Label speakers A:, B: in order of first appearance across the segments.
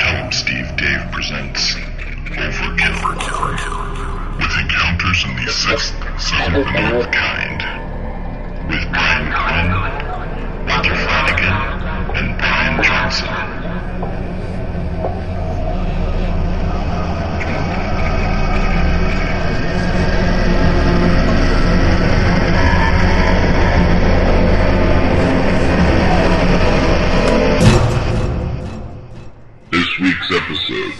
A: Tom Steve Dave presents Overkill with encounters in the sixth, seventh, and eighth kind with Brian Quinn, Roger Flanagan, and Brian Johnson. This week's episode.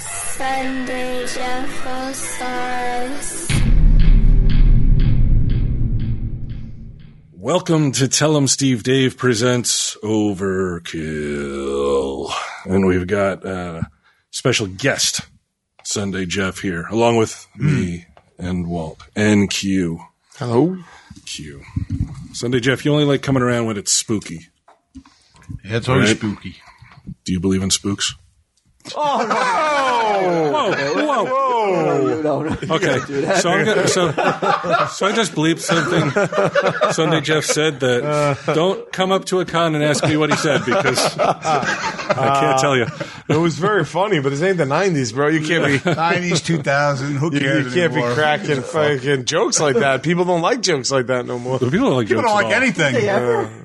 B: Sunday Jeffo Stars.
C: Welcome to Tell 'em Steve Dave presents Overkill. And we've got uh, special guest, Sunday Jeff, here, along with me and Walt and Q.
D: Hello.
C: Q. Sunday Jeff, you only like coming around when it's spooky.
D: It's always
C: Right.
D: spooky.
C: Do you believe in spooks? Oh, whoa, whoa, Okay, so, I'm gonna, so, so I just bleeped something Sunday Jeff said that don't come up to a con and ask me what he said because I can't tell you.
E: It was very funny, but this ain't the '90s, bro. You can't be
D: 90s, 2000, who
E: you,
D: cares
E: you can't be
D: anymore?
E: cracking fucking jokes like that. People don't like jokes like that no more.
C: People don't like
D: People
C: jokes
D: don't
C: at
D: like
C: all.
D: anything.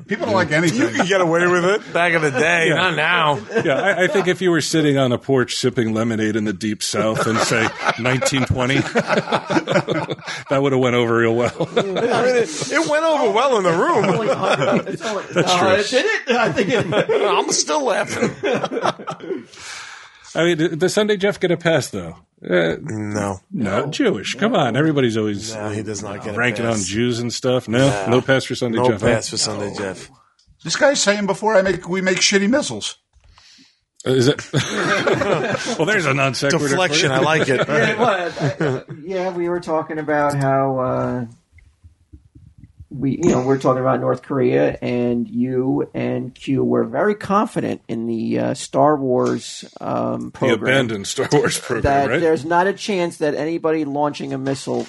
D: People don't like
E: You
D: anything.
E: could get away with it back in the day, not now.
C: Yeah, I, I think if you were sitting on a porch sipping lemonade in the deep south and say 1920, that would have went over real well.
E: I mean, it, it went over well in the room.
F: That's true. Did Oh, it? I think it,
E: I'm still laughing.
C: I mean, did- does Sunday Jeff get a pass though? Uh,
E: No,
C: no, Jewish. Come on, everybody's always
E: no, he does not get a
C: ranking on
E: pass.
C: Jews and stuff. No, no pass for Sunday
E: No
C: Jeff. huh?
E: pass for Sunday, Jeff.
D: This guy's saying before I make we make shitty missiles.
C: Uh, Is it? well, there's a non sequitur.
E: Deflection, I like it.
F: it was. I- yeah, we were talking about how uh, we, you know, we're talking about North Korea, and you and Q were very confident in the uh, Star Wars um,
C: The
F: program.
C: abandoned Star Wars
F: that
C: program, right?
F: there's not a chance that anybody launching a missile,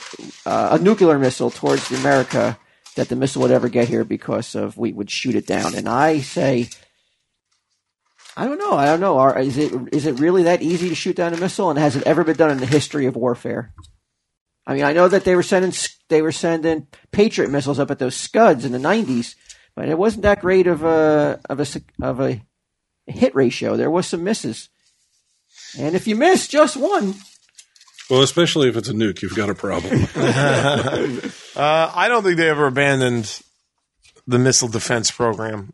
F: uh, a nuclear missile towards America, that the missile would ever get here because of we would shoot it down. And I say, I don't know, I don't know. Are, is it is it really that easy to shoot down a missile? And has it ever been done in the history of warfare? I mean, I know that they were sending they were sending Patriot missiles up at those Scuds in the '90s, but it wasn't that great of a of a s- of a hit ratio. There was some misses. And if you miss just one,
C: Well, especially if it's a nuke, you've got a problem.
E: Uh, I don't think they ever abandoned the missile defense program.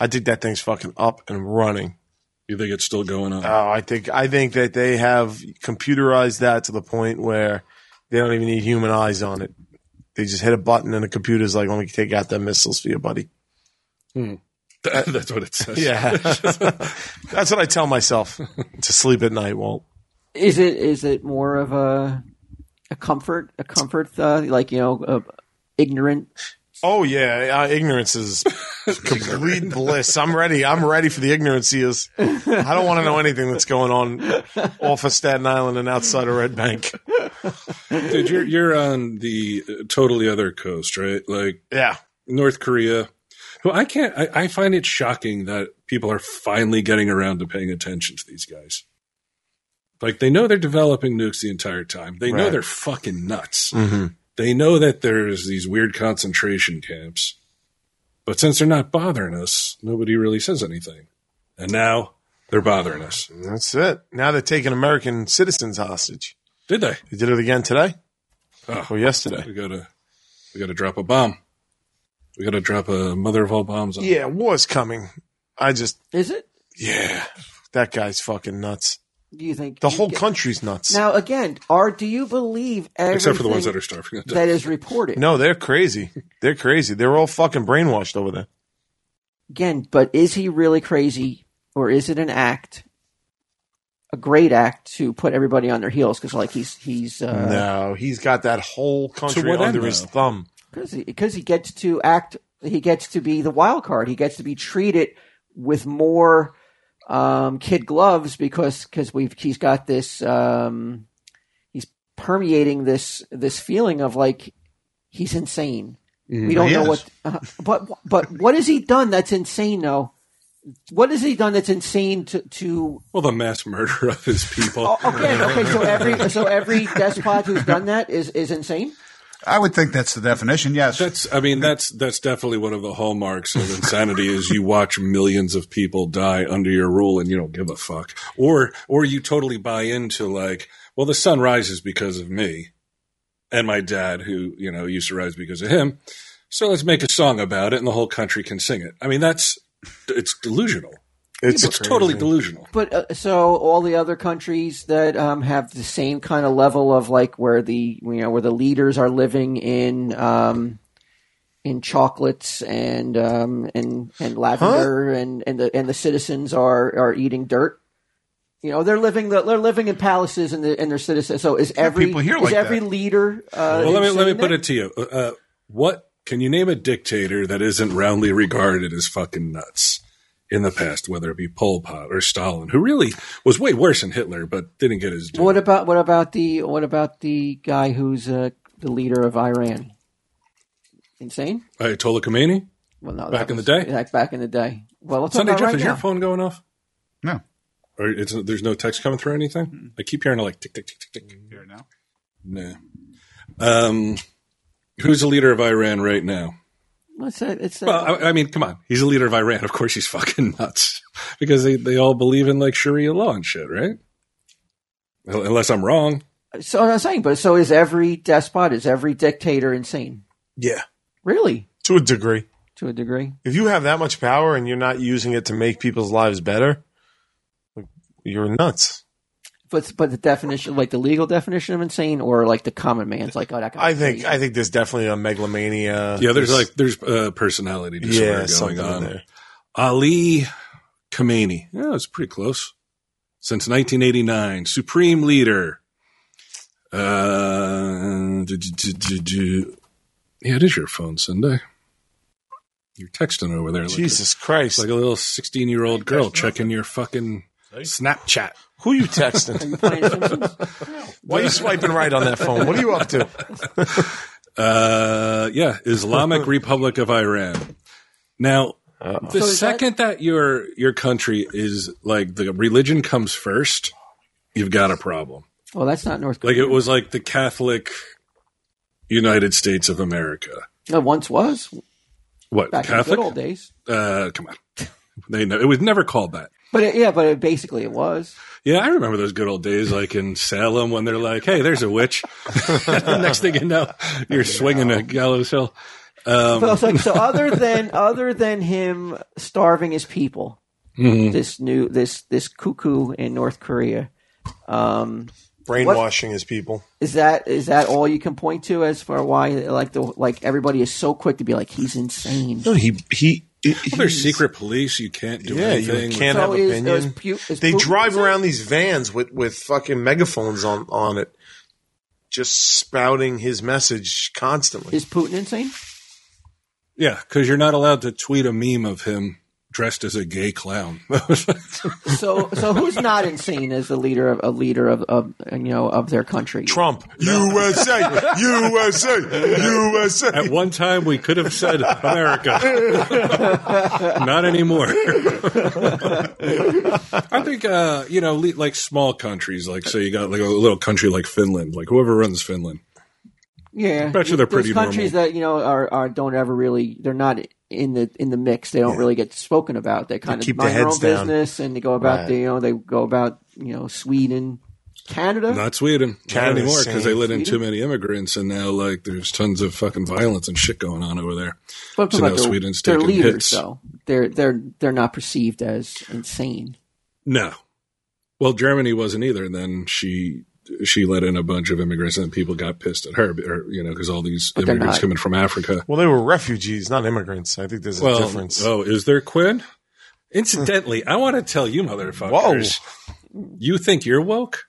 E: I think that thing's fucking up and running.
C: you think it's still going on?
E: Oh, I think I think that they have computerized that to the point where they don't even need human eyes on it. They just hit a button and the computer's like, "Let me take out them missiles for you, buddy."
C: That's what it says.
E: Yeah, that's what I tell myself to sleep at night. Walt,
F: is it is it more of a a comfort a comfort uh, like you know uh, ignorant?
E: oh yeah, uh, ignorance is complete bliss. I'm ready. I'm ready for the ignorance years. I don't want to know anything that's going on off of Staten Island and outside of Red Bank.
C: Dude, you're, you're on the uh, totally other coast, right? Like
E: Yeah,
C: North Korea. Who I can't, I, I find it shocking that people are finally getting around to paying attention to these guys. Like they know they're developing nukes the entire time. They know
E: Right.
C: they're fucking nuts. They know that there's these weird concentration camps. But since they're not bothering us, nobody really says anything. And now they're bothering us.
E: that's it. Now they're taking American citizens hostage.
C: Did they?
E: They did it again today
C: Oh.
E: or yesterday.
C: We gotta we gotta drop a bomb. We gotta drop a mother of all bombs on
E: Yeah, war's coming. I just,
F: Is it?
E: yeah, that guy's fucking nuts.
F: Do you think
E: The
F: you
E: whole
F: get-
E: country's nuts.
F: Now again, are do you believe everything
C: except for the ones that are starving. to death.
F: that is reported
E: no, they're crazy. They're crazy. They're all fucking brainwashed over there.
F: again? But is he really crazy, or is it an act? A great act to put everybody on their heels because, like, he's he's uh, because
E: no, he's got that whole country
C: Uh, what end,
E: under his
C: though?
E: thumb.
F: he because he gets to act, he gets to be the wild card. He gets to be treated with more um, kid gloves because because we've he's got this um, he's permeating this this feeling of like he's insane. We
D: Mm-hmm.
F: don't
D: He
F: know
D: is.
F: what. uh, but but what has he done that's insane though? What has he done that's insane to? to
C: Well, the mass murder of his people.
F: oh, okay, okay. So every so every despot who's done that is is insane.
D: I would think that's the definition. Yes.
C: That's, I mean, that's that's definitely one of the hallmarks of insanity is you watch millions of people die under your rule and you don't give a fuck, or or you totally buy into like, well, the sun rises because of me, and my dad who you know used to rise because of him, so let's make a song about it and the whole country can sing it. I mean, that's it's delusional. It's,
E: crazy.
C: totally delusional.
F: But uh, so all the other countries that um, have the same kind of level of like where the you know where the leaders are living in um, in chocolates and um, and and lavender and and the and the citizens are are eating dirt. You know they're living the, they're living in palaces and, the, and their citizens. So is every
D: people here
F: is
D: like that.
F: every leader? Uh,
C: Well, let me let me
F: insane
C: put
F: then?
C: it to you. Uh, what can you name a dictator that isn't roundly regarded as fucking nuts in the past, whether it be Pol Pot or Stalin, who really was way worse than Hitler, but didn't get his due?
F: What about what about the what about the guy who's uh, the leader of Iran? Insane.
C: Ayatollah Khomeini.
F: Well, no,
C: Back
F: that
C: in the
F: was-
C: day?
F: Like back in the day. Well, let's
C: Sunday
F: talk
C: Jeff,
F: about
C: is
F: right
C: your
F: now.
C: phone going off?
D: no.
C: Or it's, there's no text coming through or anything? I keep hearing it like tick tick tick tick tick.
D: Here now.
C: Nah. Um, who's the leader of Iran right now?
F: What's that? It's uh,
C: Well, I, I mean, come on. He's the leader of Iran. Of course, he's fucking nuts because they, they all believe in like Sharia law and shit, right? Unless I'm wrong.
F: so I'm saying, but so is every despot, is every dictator insane?
E: Yeah,
F: Really,
E: to a degree.
F: to a degree.
E: If you have that much power and you're not using it to make people's lives better, you're nuts.
F: But but the definition, like the legal definition of insane, or like the common man's, like oh that guy.
E: I think I think there's definitely a megalomania.
C: Yeah, there's like there's uh, personality disorder
E: yeah
C: going
E: something in
C: on.
E: there.
C: Ali Khamenei. Yeah, it's pretty close. Since 1989, supreme leader. Uh, do, do, do, do, do. Yeah, it is your phone, Sunday. You're texting over there. like a-
E: Jesus Christ,
C: like a little 16 year old girl checking your fucking Snapchat.
E: who you texting? Why are you swiping right on that phone? What are you up to?
C: Uh, yeah, Islamic Republic of Iran. Now, the
F: So is that-
C: second that, your your country is like the religion comes first, you've got a problem.
F: well, that's not North
C: Like
F: Korea.
C: it was like the Catholic United States of America.
F: no, once was
C: What
F: back in the
C: Catholic?
F: good old days.
C: Uh, come on, they know it was never called that.
F: But it, yeah, but it, basically it was.
C: Yeah, I remember those good old days, like in Salem, when they're like, "Hey, there's a witch." Next thing you know, you're swinging a gallows hill. Um,
F: But I was like, so other than other than him starving his people,
C: Mm-hmm.
F: this new this this cuckoo in North Korea.
E: Brainwashing his people.
F: Is that is that all you can point to as far why like the like everybody is so quick to be like he's insane?
E: No, he he.
C: Well, there's secret police. You can't do
E: Yeah, you
C: anything.
E: can't
F: So
E: have
F: is-
E: opinion.
F: is pu- is
E: they
F: Putin
E: drive
F: insane?
E: around these vans with with fucking megaphones on on it, just spouting his message constantly.
F: Is Putin insane?
C: Yeah, because you're not allowed to tweet a meme of him dressed as a gay clown.
F: So so who's not insane as the leader of a leader of, of you know of their country?
E: Trump, USA, USA, USA.
C: At one time, we could have said America. Not anymore. I think, uh, you know, le- like small countries, like, so you got like a little country like Finland, like whoever runs Finland.
F: Yeah,
C: bet you they're
F: There's
C: pretty
F: countries that you know are, are don't ever really they're not in the in the mix. They don't really get spoken about. They kind of
E: keep
F: mind
E: their
F: their own
E: heads down.
F: business and they go about the, you know they go about you know Sweden, Canada.
C: Not Sweden. Not
E: Canada's
C: anymore because they
E: same.
C: let in too many immigrants and now, like, there's tons of fucking violence and shit going on over there.
F: But I'm talking
C: So
F: about
C: now
F: their,
C: Sweden's
F: their
C: taking
F: leaders,
C: hits.
F: though they're they're they're not perceived as insane.
C: No. Well, Germany wasn't either. And then she she let in a bunch of immigrants, and people got pissed at her, or, you know, because all these
F: they're
C: immigrants
F: not.
C: coming from Africa.
E: Well, they were refugees, not immigrants. I think there's a
C: Well,
E: difference.
C: oh, is there Quinn? Incidentally, I want to tell you, motherfuckers, you think you're woke?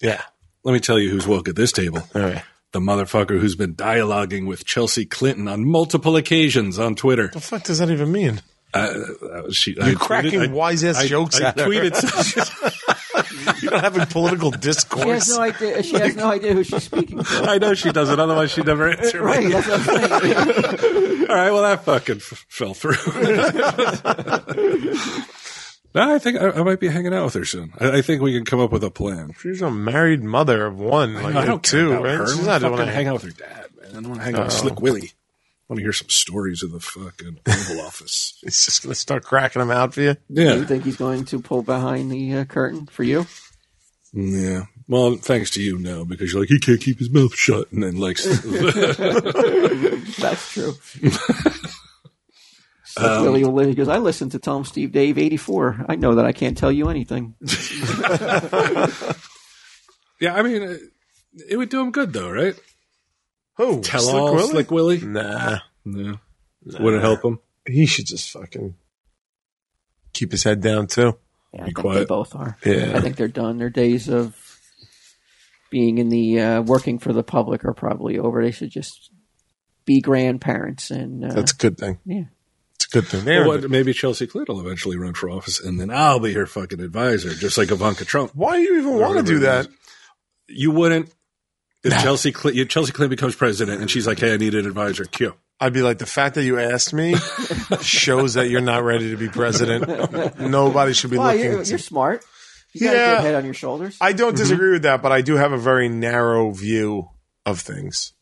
E: yeah.
C: Let me tell you who's woke at this table.
E: All right.
C: The motherfucker who's been dialoguing with Chelsea Clinton on multiple occasions on Twitter.
E: The fuck does that even mean?
C: Uh, she,
E: You're cracking wise ass jokes
C: I
E: at her.
C: tweeted.
E: You're not having political
F: She has
E: discourse.
F: no idea. She has no idea who she's speaking to.
C: I know she doesn't. Otherwise, she'd never answer me.
F: Right, that's what I'm saying.
C: All right. Well, that fucking f- fell through. no, I think I, I might be hanging out with her soon. I, I think we can come up with a plan.
E: She's a married mother of one, like
C: I don't care
E: two,
C: about
E: right?
C: her.
E: She's
C: I
E: not
C: don't
E: doing Oh.
C: want to hang
E: it.
C: out with her dad, man. I don't want to hang out with Slick Willie. I want to hear some stories of the fucking Oval Office.
E: He's just gonna start cracking them out for you.
F: Do you
C: Yeah,
F: think he's going to pull behind the uh, curtain for you?
C: yeah. Well, thanks to you, no, because you're like he can't keep his mouth shut, and then like
F: That's true. So
C: Um,
F: Willie will- he goes, I listened to Tom Steve Dave 84. I know that I can't tell you anything.
C: Yeah, I mean, uh, it would do him good though, right?
E: Who?
C: Tell all
E: Willie?
C: Slick Willie.
E: Nah,
C: No, wouldn't help him.
E: he should just fucking keep his head down too.
F: Yeah, I think they
C: quiet.
F: both are.
E: Yeah.
F: I think they're done. Their days of being in the uh, working for the public are probably over. They should just be grandparents and uh,
E: That's a good thing.
F: yeah.
E: It's a good thing.
C: Well,
E: There.
C: what, maybe Chelsea Clinton will eventually run for office, and then I'll be her fucking advisor, just like Ivanka Trump.
E: Why do you even want to do that?
C: You wouldn't. If Chelsea Clinton, if Chelsea Clinton becomes president, and she's like, "Hey, I need an advisor." Q.
E: I'd be like, the fact that you asked me shows that you're not ready to be president. Nobody should be
F: Well,
E: looking.
F: you're,
E: to-
F: you're smart. You got a
E: Yeah.
F: good head on your shoulders.
E: I
C: Mm-hmm.
E: don't disagree with that, but I do have a very narrow view of things.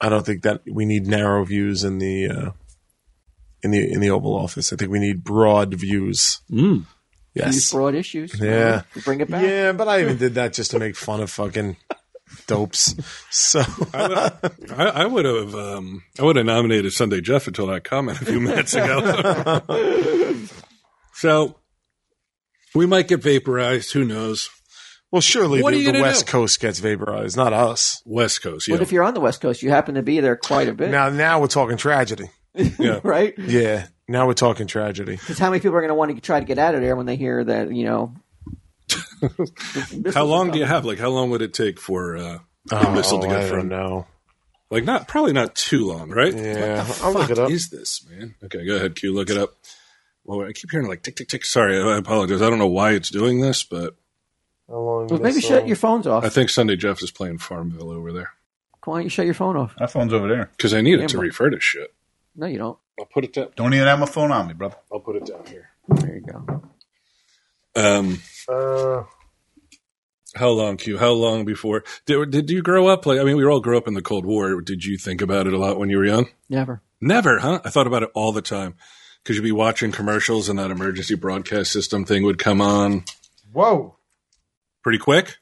E: I don't think that we need narrow views in the uh, in the in the Oval Office. I think we need broad views.
C: Mm.
F: These
E: Yes.
F: broad issues.
E: Yeah.
F: You bring it back.
E: Yeah, but I even did that just to make fun of fucking dopes. So
C: I, I would have, um, I would have nominated Sunday Jeff until that comment a few minutes ago. so we might get vaporized. Who knows?
E: well surely
C: What are
E: the,
C: you
E: the
C: gonna
E: West
C: do?
E: Coast gets vaporized, not us.
C: West Coast. Yeah.
F: But if you're on the West Coast, you happen to be there quite a bit,
E: Now now we're talking tragedy.
C: yeah.
F: right?
E: Yeah. Now we're talking tragedy.
F: Because how many people are going to want to try to get out of there when they hear that, you know? this- this
C: How
F: is
C: long do
F: about-
C: you have? Like, how long would it take for uh, the missile to
E: Oh, I
C: get
E: don't
C: from?
E: know.
C: Like, not probably not too long, right?
E: Yeah. I'll look it up.
C: Is this man? Okay, go ahead, Q. Look it up. Well, I keep hearing like tick tick tick. Sorry, I apologize. I don't know why it's doing this, but
E: How long
F: Well, maybe
E: missile-
F: shut your phones off.
C: I think Sunday Jeff is playing Farmville over there
F: Why don't you shut your phone off?
D: My phone's over there.
C: because I need
F: Yeah,
C: it to
F: but-
C: refer to shit.
F: No, you don't.
C: I'll put it down.
D: Don't even have my phone on me, brother.
C: I'll put it down here.
F: There you go.
C: Um,
E: Uh,
C: how long, Q? How long before did, did you grow up? Like, I mean, we all grew up in the Cold War. Did you think about it a lot when you were young?
F: Never.
C: Never, huh? I thought about it all the time because you'd be watching commercials and that emergency broadcast system thing would come on
E: whoa.
C: pretty quick.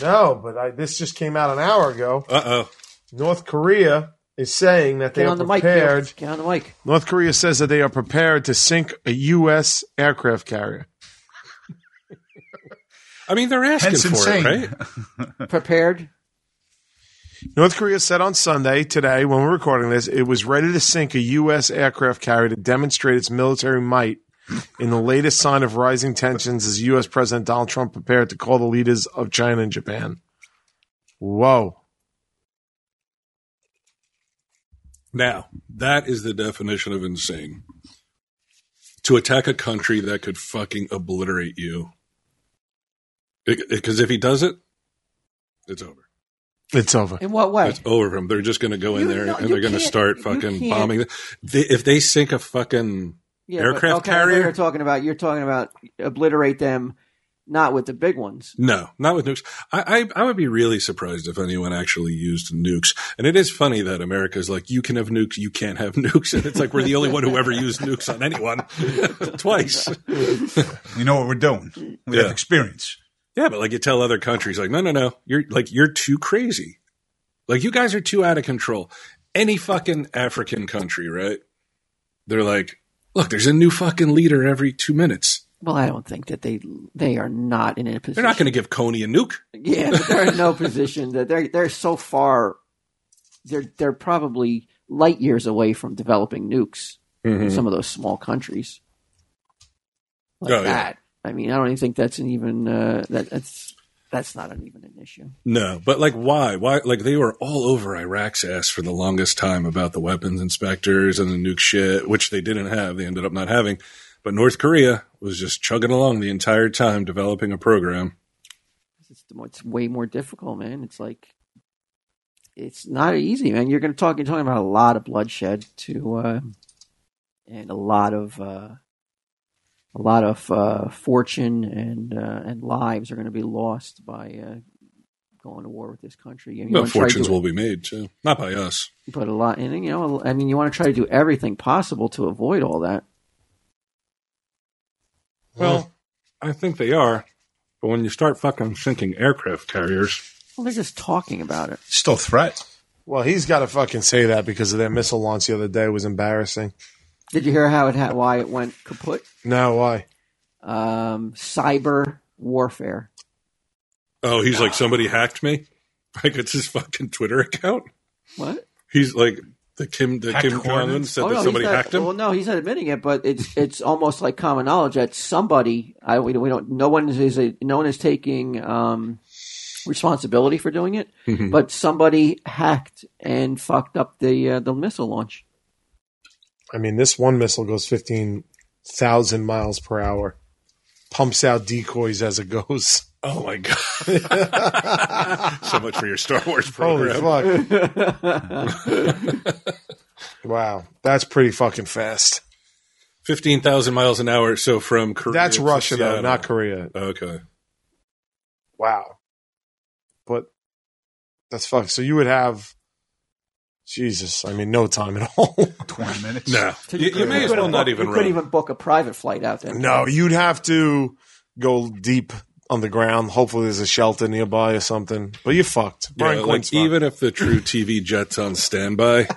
E: No, but I, this just came out an hour ago.
C: Uh oh.
E: North Korea is saying that they
F: Get
E: are
F: on the mic.
E: prepared.
F: Bill. Get on the mic.
E: North Korea says that they are prepared to sink a U.S. aircraft carrier.
C: I mean, they're asking
D: Hence
C: for
D: insane.
C: it, right?
F: Prepared.
E: North Korea said on Sunday, today, when we're recording this, it was ready to sink a U.S. aircraft carrier to demonstrate its military might in the latest sign of rising tensions as U.S. President Donald Trump prepared to call the leaders of China and Japan. Whoa.
C: Now, that is the definition of insane. To attack a country that could fucking obliterate you. Because if he does it, it's over.
E: It's over.
F: In what way?
C: It's over for him. They're just going to go in
F: You
C: there
F: know-
C: and
F: you
C: they're going to
F: can't-
C: start
F: you
C: fucking
F: can't-
C: bombing. They, if they sink a fucking.
F: Yeah, but-
C: aircraft
F: okay, I know what
C: carrier?
F: You're talking about. You're talking about obliterate them, not with the big ones.
C: No, not with nukes. I, I, I would be really surprised if anyone actually used nukes. And it is funny that America's like, you can have nukes, you can't have nukes. And it's like, we're the only one who ever used nukes on anyone twice.
D: We know what we're doing. We
C: Yeah.
D: have experience.
C: Yeah, but like you tell other countries, like, no, no, no, you're like, you're too crazy. Like, you guys are too out of control. Any fucking African country, right? They're like, look, there's a new fucking leader every two minutes.
F: Well, I don't think that they they are not in a position.
C: They're not going to give Coney a nuke.
F: Yeah, but they're in no position that they're they're so far. They're they're probably light years away from developing nukes.
C: Mm-hmm.
F: in Some of those small countries like
C: Oh, yeah.
F: that. I mean, I don't even think that's an even uh, that that's that's not an, even an issue.
C: No, but like, why? Why? Like, they were all over Iraq's ass for the longest time about the weapons inspectors and the nuke shit, which they didn't have. They ended up not having. But North Korea was just chugging along the entire time, developing a program
F: it's way more difficult, man. It's like it's not easy, man. You're going to talk. You're talking about a lot of bloodshed to, uh, and a lot of uh, a lot of uh, fortune and uh, and lives are going to be lost by uh, going to war with this country. And you
C: Well,
F: wanna try to do
C: fortunes
F: it-
C: will be made too, not by us.
F: but a lot, and you know, I mean, you want to try to do everything possible to avoid all that.
C: Well, I think they are, but when you start fucking sinking aircraft carriers,
F: Well, they're just talking about it.
D: Still a threat.
E: Well, he's got to fucking say that because of their missile launch the other day was embarrassing.
F: Did you hear how it ha- why it went kaput?
E: No, why?
F: Um, cyber warfare.
C: oh, he's like somebody hacked me. Like it's his fucking Twitter account.
F: What?
C: He's like the Kim, the
D: Hacked
C: Kim Jong Un
D: Hornets?
C: said
F: Oh,
C: that
F: no,
C: somebody
F: he's not,
C: hacked him.
F: Well, no, he's not admitting it, but it's it's almost like common knowledge that somebody. I we, we don't. No one is, is a, no one is taking um, responsibility for doing it,
C: Mm-hmm.
F: but somebody hacked and fucked up the uh, the missile launch.
E: I mean, this one missile goes 15,000 miles per hour, pumps out decoys as it goes.
C: Oh my god! so much for your Star Wars
E: Holy
C: program.
E: fuck. wow. That's pretty fucking fast.
C: Fifteen thousand miles an hour. So from Korea,
E: That's
C: to
E: Russia, though,
C: Seattle.
E: not Korea.
C: okay.
E: Wow. But that's fuck. So you would have, Jesus, I mean, no time at all.
D: 20 minutes.
C: No, you, you may as
F: couldn't
C: well not
F: book-
C: even
F: you
C: run.
F: couldn't even book a private flight out there.
E: no, you'd have to go deep on the ground. Hopefully there's a shelter nearby or something. But you're fucked.
C: Yeah,
E: Brian
C: like
E: Quinn's fucked.
C: even if the True TV jet's on standby,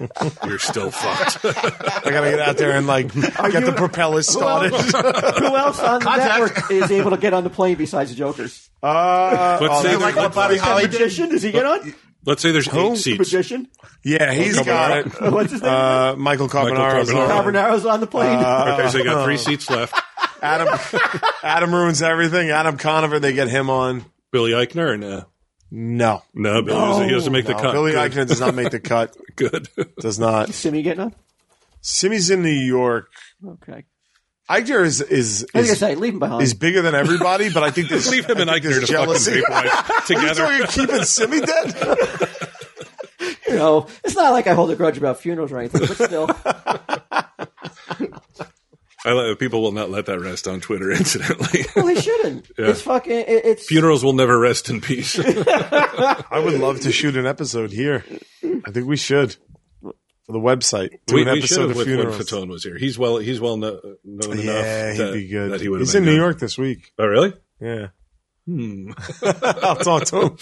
C: you're still fucked.
E: I gotta get out there and like get the propellers started.
F: Who else on the network is able to get on the plane besides the Joker's?
E: Uh,
C: Let's
E: oh,
C: say
E: that's
C: there's-
E: like-
D: Bobby Holly
F: Magician? Does he get on?
C: Let's say there's
E: Who?
C: eight seats.
F: Magician?
E: yeah, he's got it.
F: What's his name?
E: Uh, Michael Carbonara's
C: Carbonaro.
E: on.
F: Carbonaro's on the plane.
E: Oh.
C: Okay, so you got three seats left.
E: Adam, Adam ruins everything. Adam Conover, they get him on.
C: Billy Eichner, or no,
E: No,
C: no, Billy doesn't- he doesn't make the
E: No,
C: cut.
E: Billy
C: Good.
E: Eichner does not make the cut.
C: Good.
E: Does not.
F: Simi getting on?
E: Simmy's in New York.
F: Okay.
E: Eichner is is
F: I was gonna
E: is,
F: say, leave him behind.
E: is bigger than everybody, but I think there's
C: Leave him and
E: I think
C: Eichner to
E: there's jealousy.
C: fucking vaporwave
E: You're
C: together.
E: talking keeping Simmy dead?
F: you know, it's not like I hold a grudge about funerals or anything, but still,
C: I let, people will not let that rest on Twitter. Incidentally,
F: well, they shouldn't. It's fucking. It, it's
C: funerals will never rest in peace.
E: I would love to shoot an episode here. I think we should for the website. Do
C: we,
E: an
C: we should
E: episode
C: have
E: of
C: with when
E: funerals.
C: Fatone was here. He's well. He's well kno- known
E: Yeah,
C: enough.
E: he'd
C: that-
E: be good.
C: That he would have
E: He's in
C: been
E: New
C: good. Hmm.
E: York this week.
C: Oh, really?
E: Yeah. I'll talk to him.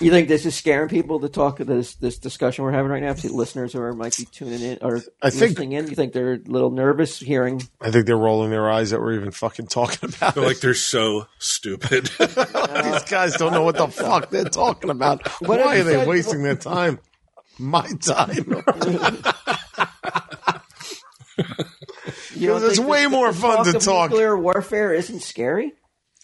F: You think this is scaring people to talk of this this discussion we're having right now? To listeners who are might be tuning in or
E: I think-
F: listening in, you think they're a little nervous hearing?
E: I think they're rolling their eyes that we're even fucking talking about.
C: They're like they're so stupid.
E: it. These guys don't know what the fuck they're talking about. Why
F: you
E: are they
F: said-
E: wasting their time? My time.
F: You don't
E: It's
F: think
E: way
F: the-
E: more
F: the
E: fun to
F: of
E: talk.
F: Nuclear warfare isn't scary.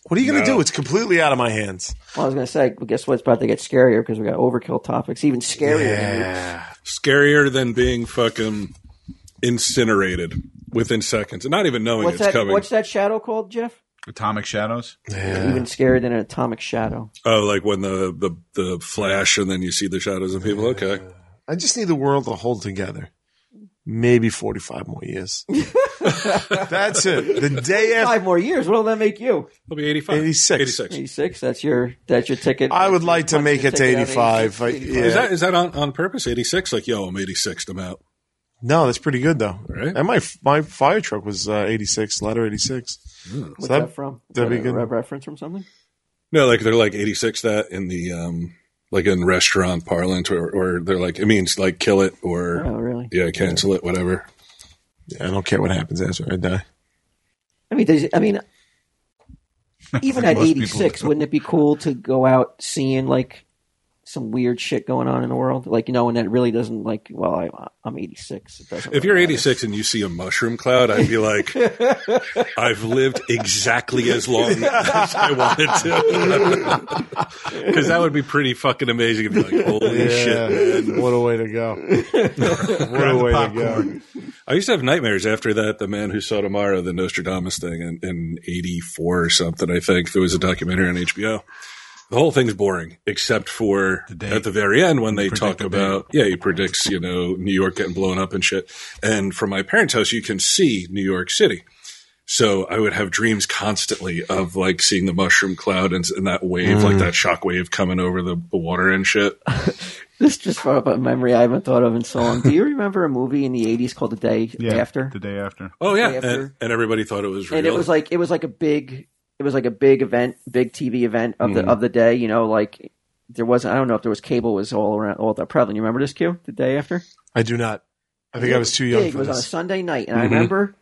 E: What are you going to
C: No.
E: do? It's completely out of my hands.
F: Well, I was going to say, well, guess what? It's about to get scarier because we got overkill topics, even scarier. than
C: Scarier than being fucking incinerated within seconds, and not even knowing
F: what's
C: it's
F: that?
C: coming.
F: What's that shadow called, Jeff?
D: Atomic Shadows.
F: Even scarier than an atomic shadow.
C: Oh, like when the, the the flash, and then you see the shadows of people. Okay,
E: I just need the world to hold together. Maybe 45 more years. That's it. The day after.
F: Five more years. What'll that make you?
C: it'll be 85.
E: 86.
C: 86.
F: Eighty-six. That's your that's your ticket.
E: I would like to
F: Punch
E: make
F: your
E: it to
F: ticket out of
E: 85. I-
F: 86.
E: yeah.
C: Is that is that on, on purpose? 86? Like, yo, I'm 86. I'm out.
E: No, that's pretty good though.
C: Right.
E: And my my fire truck was uh, 86, letter 86. that-
F: What's that, from? Is
E: that'd
F: that
E: be
F: a
E: good.
F: re- reference from something?
C: No, like they're like 86 that in the, um, like in restaurant parlance or, or they're like, it means like kill it or,
F: Oh, really?
C: yeah, cancel it, whatever.
E: Yeah, I don't care what happens after I die.
F: I mean, there's, I mean, even at
D: Most
F: eighty
D: people
F: six,
D: do.
F: wouldn't it be cool to go out seeing like some weird shit going on in the world, like you know, and that really doesn't like. Well, I, I'm eighty six.
C: If you're 86 and you see a mushroom cloud, I'd be like, I've lived exactly as long as I wanted to. Because that would be pretty fucking amazing. If you're like, holy shit.
E: what a way to go. what a way to go.
C: I used to have nightmares after that. The Man Who Saw Tomorrow, the Nostradamus thing in, in 84 or something, I think. There was a documentary on HBO. the whole thing's boring except for
D: date.
C: at the very end when they
D: predict
C: talk
D: the
C: about yeah he predicts you know new york getting blown up and shit and from my parents house you can see new york city so i would have dreams constantly of like seeing the mushroom cloud and, and that wave like
D: Mm.
C: that shock wave coming over the, the water and shit
F: This just brought up a memory I haven't thought of in so long. Do you remember a movie in the '80s called The Day After?
D: The day after.
C: oh yeah
F: Day after.
C: and, and everybody thought it was real
F: and it was like it was like a big it was like a big event, big TV event of the of the day. You know, like there was I don't know if there was cable was all around all that prevalent. You remember this Q? The Day After?
E: I do not. I think I was too young
F: Big. It
E: for
F: was on a
E: this.
F: Sunday night, and I remember.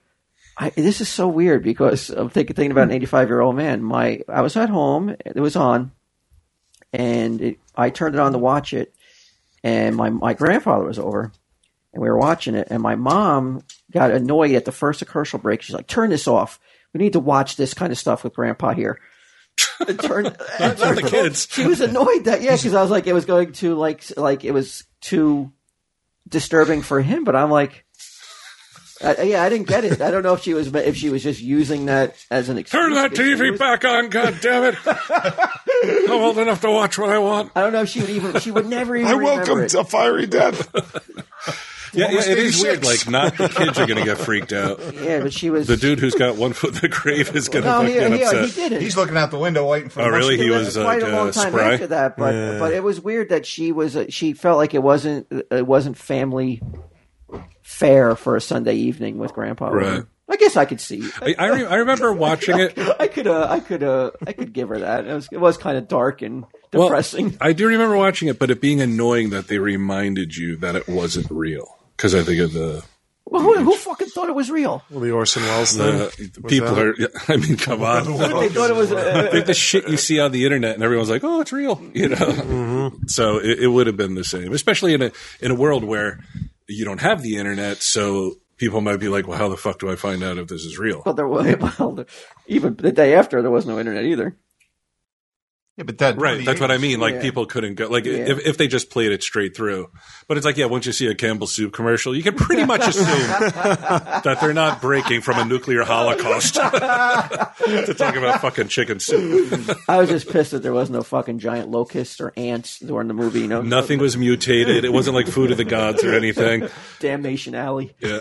F: I, this is so weird because I'm thinking, thinking about an 85 year old man. My I was at home. It was on, and it, I turned it on to watch it. And my my grandfather was over, and we were watching it. And my mom got annoyed at the first commercial break. She's like, "Turn this off. We need to watch this kind of stuff with Grandpa here." And turn,
C: not the kids
F: she was annoyed that yeah, because I was like it was going to like like it was too disturbing for him, but I'm like, I, yeah, I didn't get it. I don't know if she was if she was just using that as an excuse.
C: turn that
F: If she
C: tv
F: was-
C: back on god damn it i'm old enough to watch what i want
F: I don't know if she would even she would never even.
E: I
F: remember
E: welcome
F: it.
E: to fiery death.
C: yeah, yeah
E: was
C: it is weird
E: 86?
C: like not the kids are gonna get freaked out
F: Yeah, but she was.
C: The dude who's got one foot in the grave is going to
F: no,
C: fucking
F: he, he,
C: upset.
F: he didn't.
D: He's looking out the window waiting for.
C: Oh,
D: the
C: really?
D: mushroom.
C: He
F: It
C: was uh,
F: quite a long
C: uh,
F: time
C: spry.
F: after that, but but it was weird that she was uh, she felt like it wasn't uh, it wasn't family fair for a Sunday evening with Grandpa.
C: Right.
F: I guess I could see.
C: I, I, re- I remember watching it.
F: I could uh, I could uh, I could give her that. It was, it was kind of dark and
C: Well,
F: depressing.
C: I do remember watching it, but it being annoying that they reminded you that it wasn't real. Because I think of the,
F: Well, who, who fucking thought it was real?
E: Well, the Orson Welles
C: the
E: thing. Was
C: people
E: that-
C: are. yeah, I mean, come on.
F: They thought it was. Uh,
C: Like the shit you see on the internet, and everyone's like, "Oh, it's real," you know. So it, it would have been the same, especially in a in a world where you don't have the internet. So people might be like, "Well, how the fuck do I find out if this is real?"
F: well, there was. Well, there- even the day after, there was no internet either.
D: Yeah, but that
C: Right, that's what I mean. Like
F: Yeah.
C: people couldn't go like
F: Yeah.
C: if, if they just played it straight through. But it's like, yeah, once you see a Campbell soup commercial, you can pretty much assume that they're not breaking from a nuclear holocaust to talk about fucking chicken soup.
F: I was just pissed that there was no fucking giant locusts or ants during the movie. You know,
C: Nothing was mutated. It wasn't like food of the gods or anything.
F: Damnation Alley.
C: Yeah.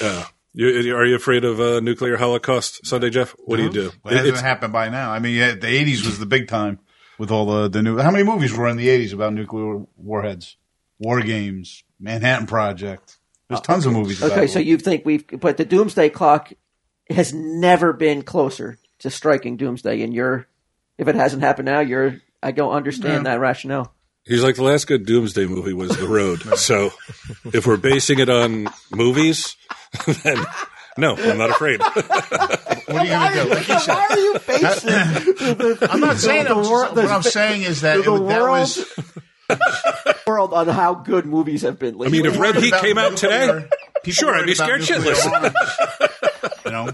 C: Yeah. You, are you afraid of uh, nuclear holocaust Sunday, Jeff? What do you do?
D: Well, it hasn't
C: It's-
D: happened by now. I mean, yeah, the '80s was the big time with all the the new. How many movies were in the '80s about nuclear warheads, war games, Manhattan Project? There's tons of movies. About
F: Okay,
D: it.
F: so you think we've, but the doomsday clock has never been closer to striking doomsday. And you're, if it hasn't happened now, you're. I don't understand that rationale.
C: He's like the last good Doomsday movie was The Road. so if we're basing it on movies, then no, I'm not afraid.
D: what are you going to do? Like you said,
F: Why are you basing? the, the,
D: I'm not saying
F: the
D: I'm just-
F: wor-
D: what I'm saying is that
F: the
D: it, that
F: world-
D: was.
F: world on how good movies have been lately.
C: I mean, if Red Heat
D: about
C: came out
D: nuclear-
C: today,
D: people
C: sure, I'd
D: worried
C: be
D: about
C: scared
D: nuclear
C: shitless.
D: arms. you know,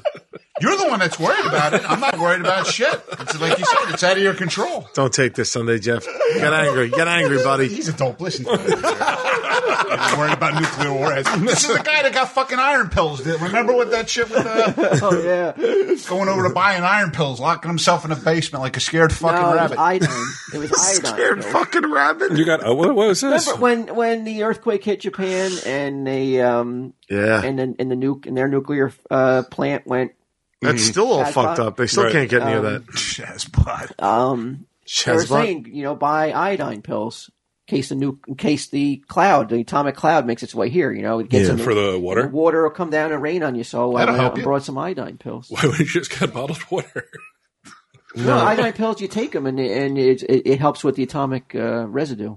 D: you're the one that's worried about it. I'm not worried about shit. It's like you said, it's out of your control.
E: Don't take this Sunday, Jeff. Get angry. Get angry, buddy.
D: He's a dope. Listen, to him. I'm worried about nuclear warheads. This is the guy that got fucking iron pills. Did remember what that shit with uh,
F: oh yeah, no,
D: going over to buying iron pills, locking himself in a basement like a scared fucking
F: it was
D: rabbit.
F: Um, iodine. It was iodine.
E: Scared fucking rabbit.
C: You got, oh, what, what was this?
F: Remember when when the earthquake hit Japan and the um
E: Yeah.
F: and then and the nuke and their nuclear uh, plant went
E: That's still all
F: Shazbot.
E: fucked up. They still
C: Right.
E: can't get near
F: Um,
E: that.
D: Shazbot.
F: um they were
E: Shazbot.
F: saying you know buy iodine pills in case the nuke in case the cloud the atomic cloud makes its way here you know it gets
E: Yeah,
F: in
C: For the
F: the
C: water?
F: water will come down and rain on you so I
D: That'll
F: went out
D: help
F: and
D: you.
F: brought some iodine pills
C: Why would you just get bottled water?
F: no iodine pills you take them and and it it, it helps with the atomic uh, residue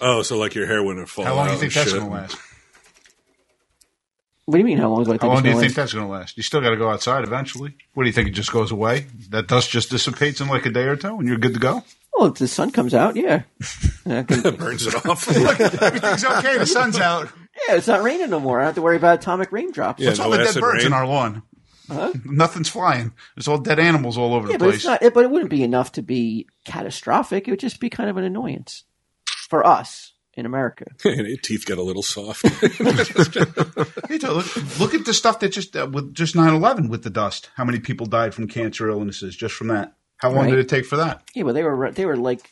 C: Oh, so like your hair wouldn't fall
D: How long
C: out
D: do you think
C: and
D: that's
C: shit.
D: going to last?
F: what do you mean how long do I think
D: How long
F: it's
D: do you
F: gonna
D: think
F: last?
D: that's going to last? You still got to go outside eventually. What do you think? It just goes away? That dust just dissipates in like a day or two, and you're good to go.
F: well if the sun comes out yeah yeah
C: That burns it off.
D: Everything's okay. The sun's out.
F: it's not raining no more I don't have to worry about atomic raindrops
C: Yeah,
D: It's all
C: no
D: the dead
C: acid
D: birds
C: rain.
D: in our lawn. Nothing's flying. There's all dead animals all over
F: Yeah,
D: the
F: but
D: place.
F: it's not. It, but it wouldn't be enough to be catastrophic. It would just be kind of an annoyance for us in America.
C: And your teeth get a little soft.
D: Hey, Joe, look, look at the stuff that just uh, with just 9-11 with the dust. How many people died from cancer illnesses just from that? How long
F: Right.
D: did it take for that?
F: Yeah, but they were they were like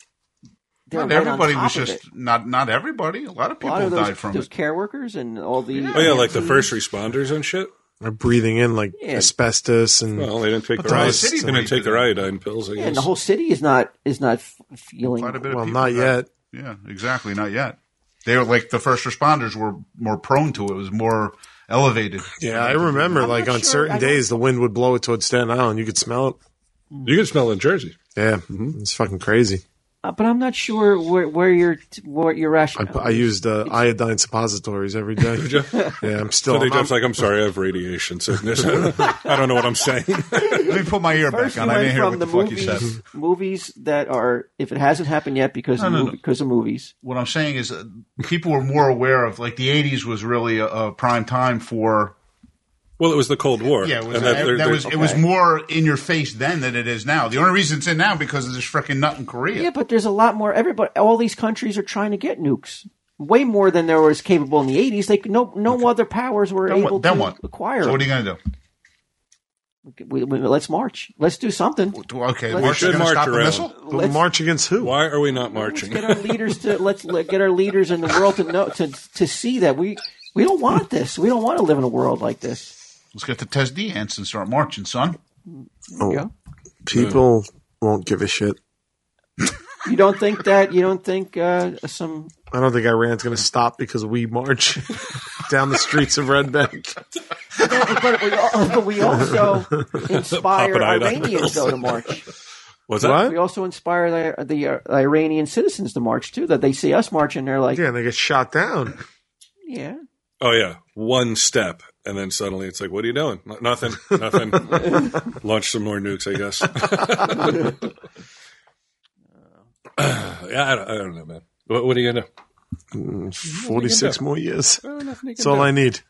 F: they were
D: Not
F: right on
D: everybody was
F: top of
D: just
F: it.
D: not not everybody. A lot of
F: a
D: people
F: lot of those,
D: died from
F: those
D: it.
F: care workers and all the
C: Oh yeah, like the first responders and shit.
E: They're breathing in like
F: Yeah.
E: asbestos and
C: Well, they didn't take
D: But
C: their
E: the whole
C: iodine.
E: city
C: They didn't
D: believed
C: take
D: it.
C: their iodine pills. I
F: yeah, and
C: guess.
F: the whole city is not is not f- feeling
D: Quite a bit of
E: well,
D: people
E: not
D: died.
E: yet.
D: Yeah, exactly. Not yet. They were like the first responders were more prone to it. It was more elevated.
E: Yeah, I remember
F: I'm
E: like
F: not
E: on
F: sure.
E: certain
F: I don't-
E: days the wind would blow it towards Staten Island. You could smell it.
C: you can smell it in Jersey.
E: Yeah, it's fucking crazy.
F: Uh, but I'm not sure where, where your what your
E: I,
F: rationale.
E: I used uh, iodine suppositories every day.
C: Yeah.
E: Yeah, I'm still.
C: So they
E: I'm,
C: just like, I'm sorry, I have radiation sickness. I don't know what I'm saying.
D: Let me put my ear back
F: First, you
D: on. I
F: went
D: didn't hear what
F: from the
D: the fuck you said.
F: movies, movies that are, if it hasn't happened yet because
D: No,
F: of
D: no,
F: movie,
D: no.
F: because of movies,
D: what I'm saying is uh, people were more aware of like the 80s was really a, a prime time for
C: Well, it was the Cold War.
D: yeah it was,
C: And that-
D: that,
C: they're-
D: that
C: they're-
D: was it was
F: okay.
D: more in your face then than it is now. The only reason it's in now because of this freaking nut in Korea.
F: yeah. But there's a lot more. Everybody, all these countries are trying to get nukes, way more than there was capable in the '80s. They could- no no other powers were
D: Then
F: able
D: what? Then
F: to
D: what?
F: acquire.
D: So what are
F: them.
D: you gonna do?
F: We- we- let's march. Let's do something.
D: Do- Okay,
F: We
D: march,
C: should
D: you're gonna
C: march
D: stop the
C: around.
D: missile.
E: but march against who?
C: Why are we not
F: Let's
C: marching?
F: get our leaders to let's let, get our leaders in the world to know to to see that we we don't want this. We don't want to live in a world like this.
D: Let's get the test D ants and start marching, son.
E: Oh,
F: You, know?
E: People won't give a shit.
F: you don't think that you don't think uh, some
E: I don't think Iran's going to stop because we march down the streets of Red Bank.
F: Yeah, but we, al- but we also inspire
C: Popping iodine
F: Iranians though to march.
C: Was that?
E: What?
F: We also inspire the, the uh, Iranian citizens to march too. That they see us march and they're like,
E: Yeah,
F: yeah,
E: and they get shot down.
C: Oh yeah, one step, and then suddenly it's like, what are you doing? N- nothing, nothing. Launch some more nukes, I guess. yeah, I don't, I don't know, man. What, what are you gonna do?
E: 46 more years.
C: Oh, nothing you can
E: That's all
C: do.
E: I need.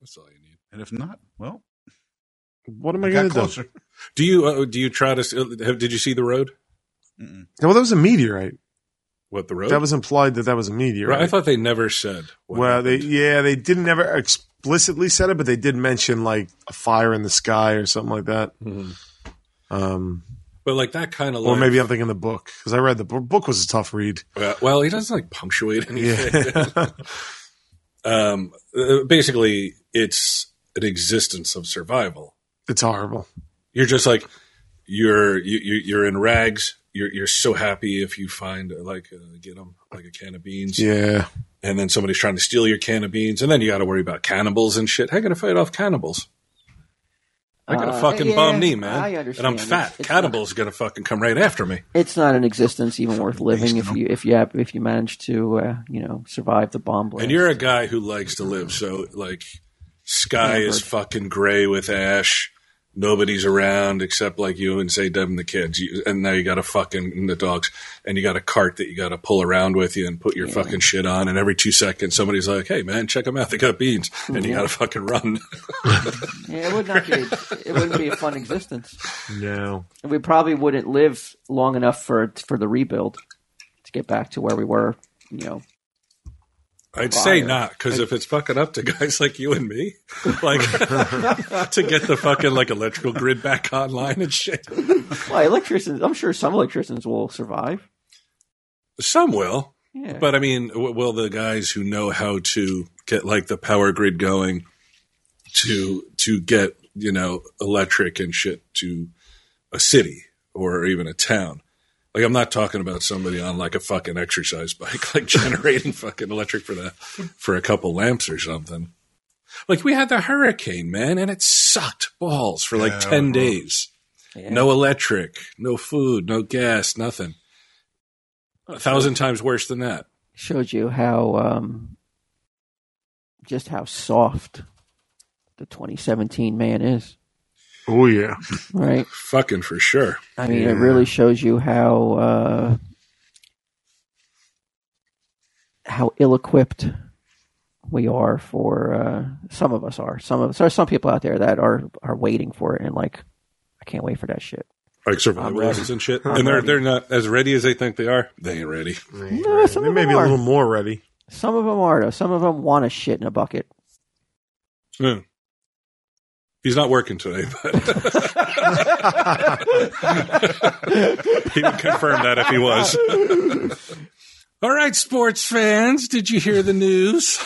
C: That's all you need.
D: And if not, well,
E: What am I
D: we got
E: going to do?
D: closer.
C: Do you uh, do you try to? s- uh, Have, did you see the road?
E: No, that was a meteorite.
C: What the road?
E: That was implied that that was a meteorite.
C: Right, I thought they never said. what
E: well, they
C: happened.
E: yeah, they didn't ever explicitly said it, but they did mention like a fire in the sky or something like that. Um,
C: but like that kind of.
E: Mm-hmm. or
C: Life,
E: maybe I'm thinking the book because I read the book. Book was a tough read.
C: Uh, well, he doesn't like punctuate anything.
E: Yeah,
C: um, uh, basically, it's an existence of survival.
E: it's horrible.
C: you're just like you're you, you you're in rags. You're you're so happy if you find like uh, get them like a can of beans,
E: Yeah,
C: and then somebody's trying to steal your can of beans, and then you got to worry about cannibals and shit. How can I fight off cannibals? I got a
F: Uh,
C: fucking
F: yeah,
C: bum knee, man,
F: I
C: and I'm
F: understand.
C: fat.
F: It's- it's
C: Cannibals gonna fucking come right after me.
F: it's not an existence even worth living if you if you have, if you manage to uh, you know survive the bomb blast.
C: And you're a guy who likes to live, so like sky is fucking gray with ash. Nobody's around except like you and say Deb and the kids. You, and now you got a fucking and the dogs, and you got a cart that you got to pull around with you and put your fucking shit on. And every two seconds, somebody's like, "Hey man, check them out. They got beans," and you got to fucking run.
F: yeah, it would not be it wouldn't be a fun existence.
E: no.
F: And we probably wouldn't live long enough for for the rebuild to get back to where we were. You know,
C: I'd say
F: Fire.
C: not because if it's fucking up to guys like you and me, like to get the fucking like electrical grid back online and shit,
F: well, electricians. I'm sure some electricians will survive.
C: some will.
F: Yeah,
C: But I mean, w- will the guys who know how to get like the power grid going to to get you know electric and shit to a city or even a town? Like I'm not talking about somebody on like a fucking exercise bike, like generating fucking electric for the for a couple lamps or something. Like we had the hurricane, man, and it sucked balls for like
D: Yeah,
C: ten
D: well.
C: days.
F: Yeah.
C: No electric, no food, no gas, nothing. A thousand times worse than that.
F: showed you how um, just how soft the 2017 man is,
E: Oh yeah,
F: right?
C: Fucking for sure.
F: I mean, it really shows you how uh, how ill-equipped we are for uh, some of us are. Some of us there are some people out there that are are waiting for it and like, I can't wait for that shit.
C: Like
F: I'm
C: survival
F: ready.
C: losses and shit.
F: I'm
C: and they're
F: ready.
C: they're not as ready as they think they are. They ain't ready.
F: No, some
E: they
F: of
E: may
F: them
E: be a
F: are.
E: little more ready.
F: Some of them are though. Some of them want to shit in a bucket.
C: Yeah. Hmm. He's not working today, but he would confirm that if he was. All right, sports fans, did you hear the news?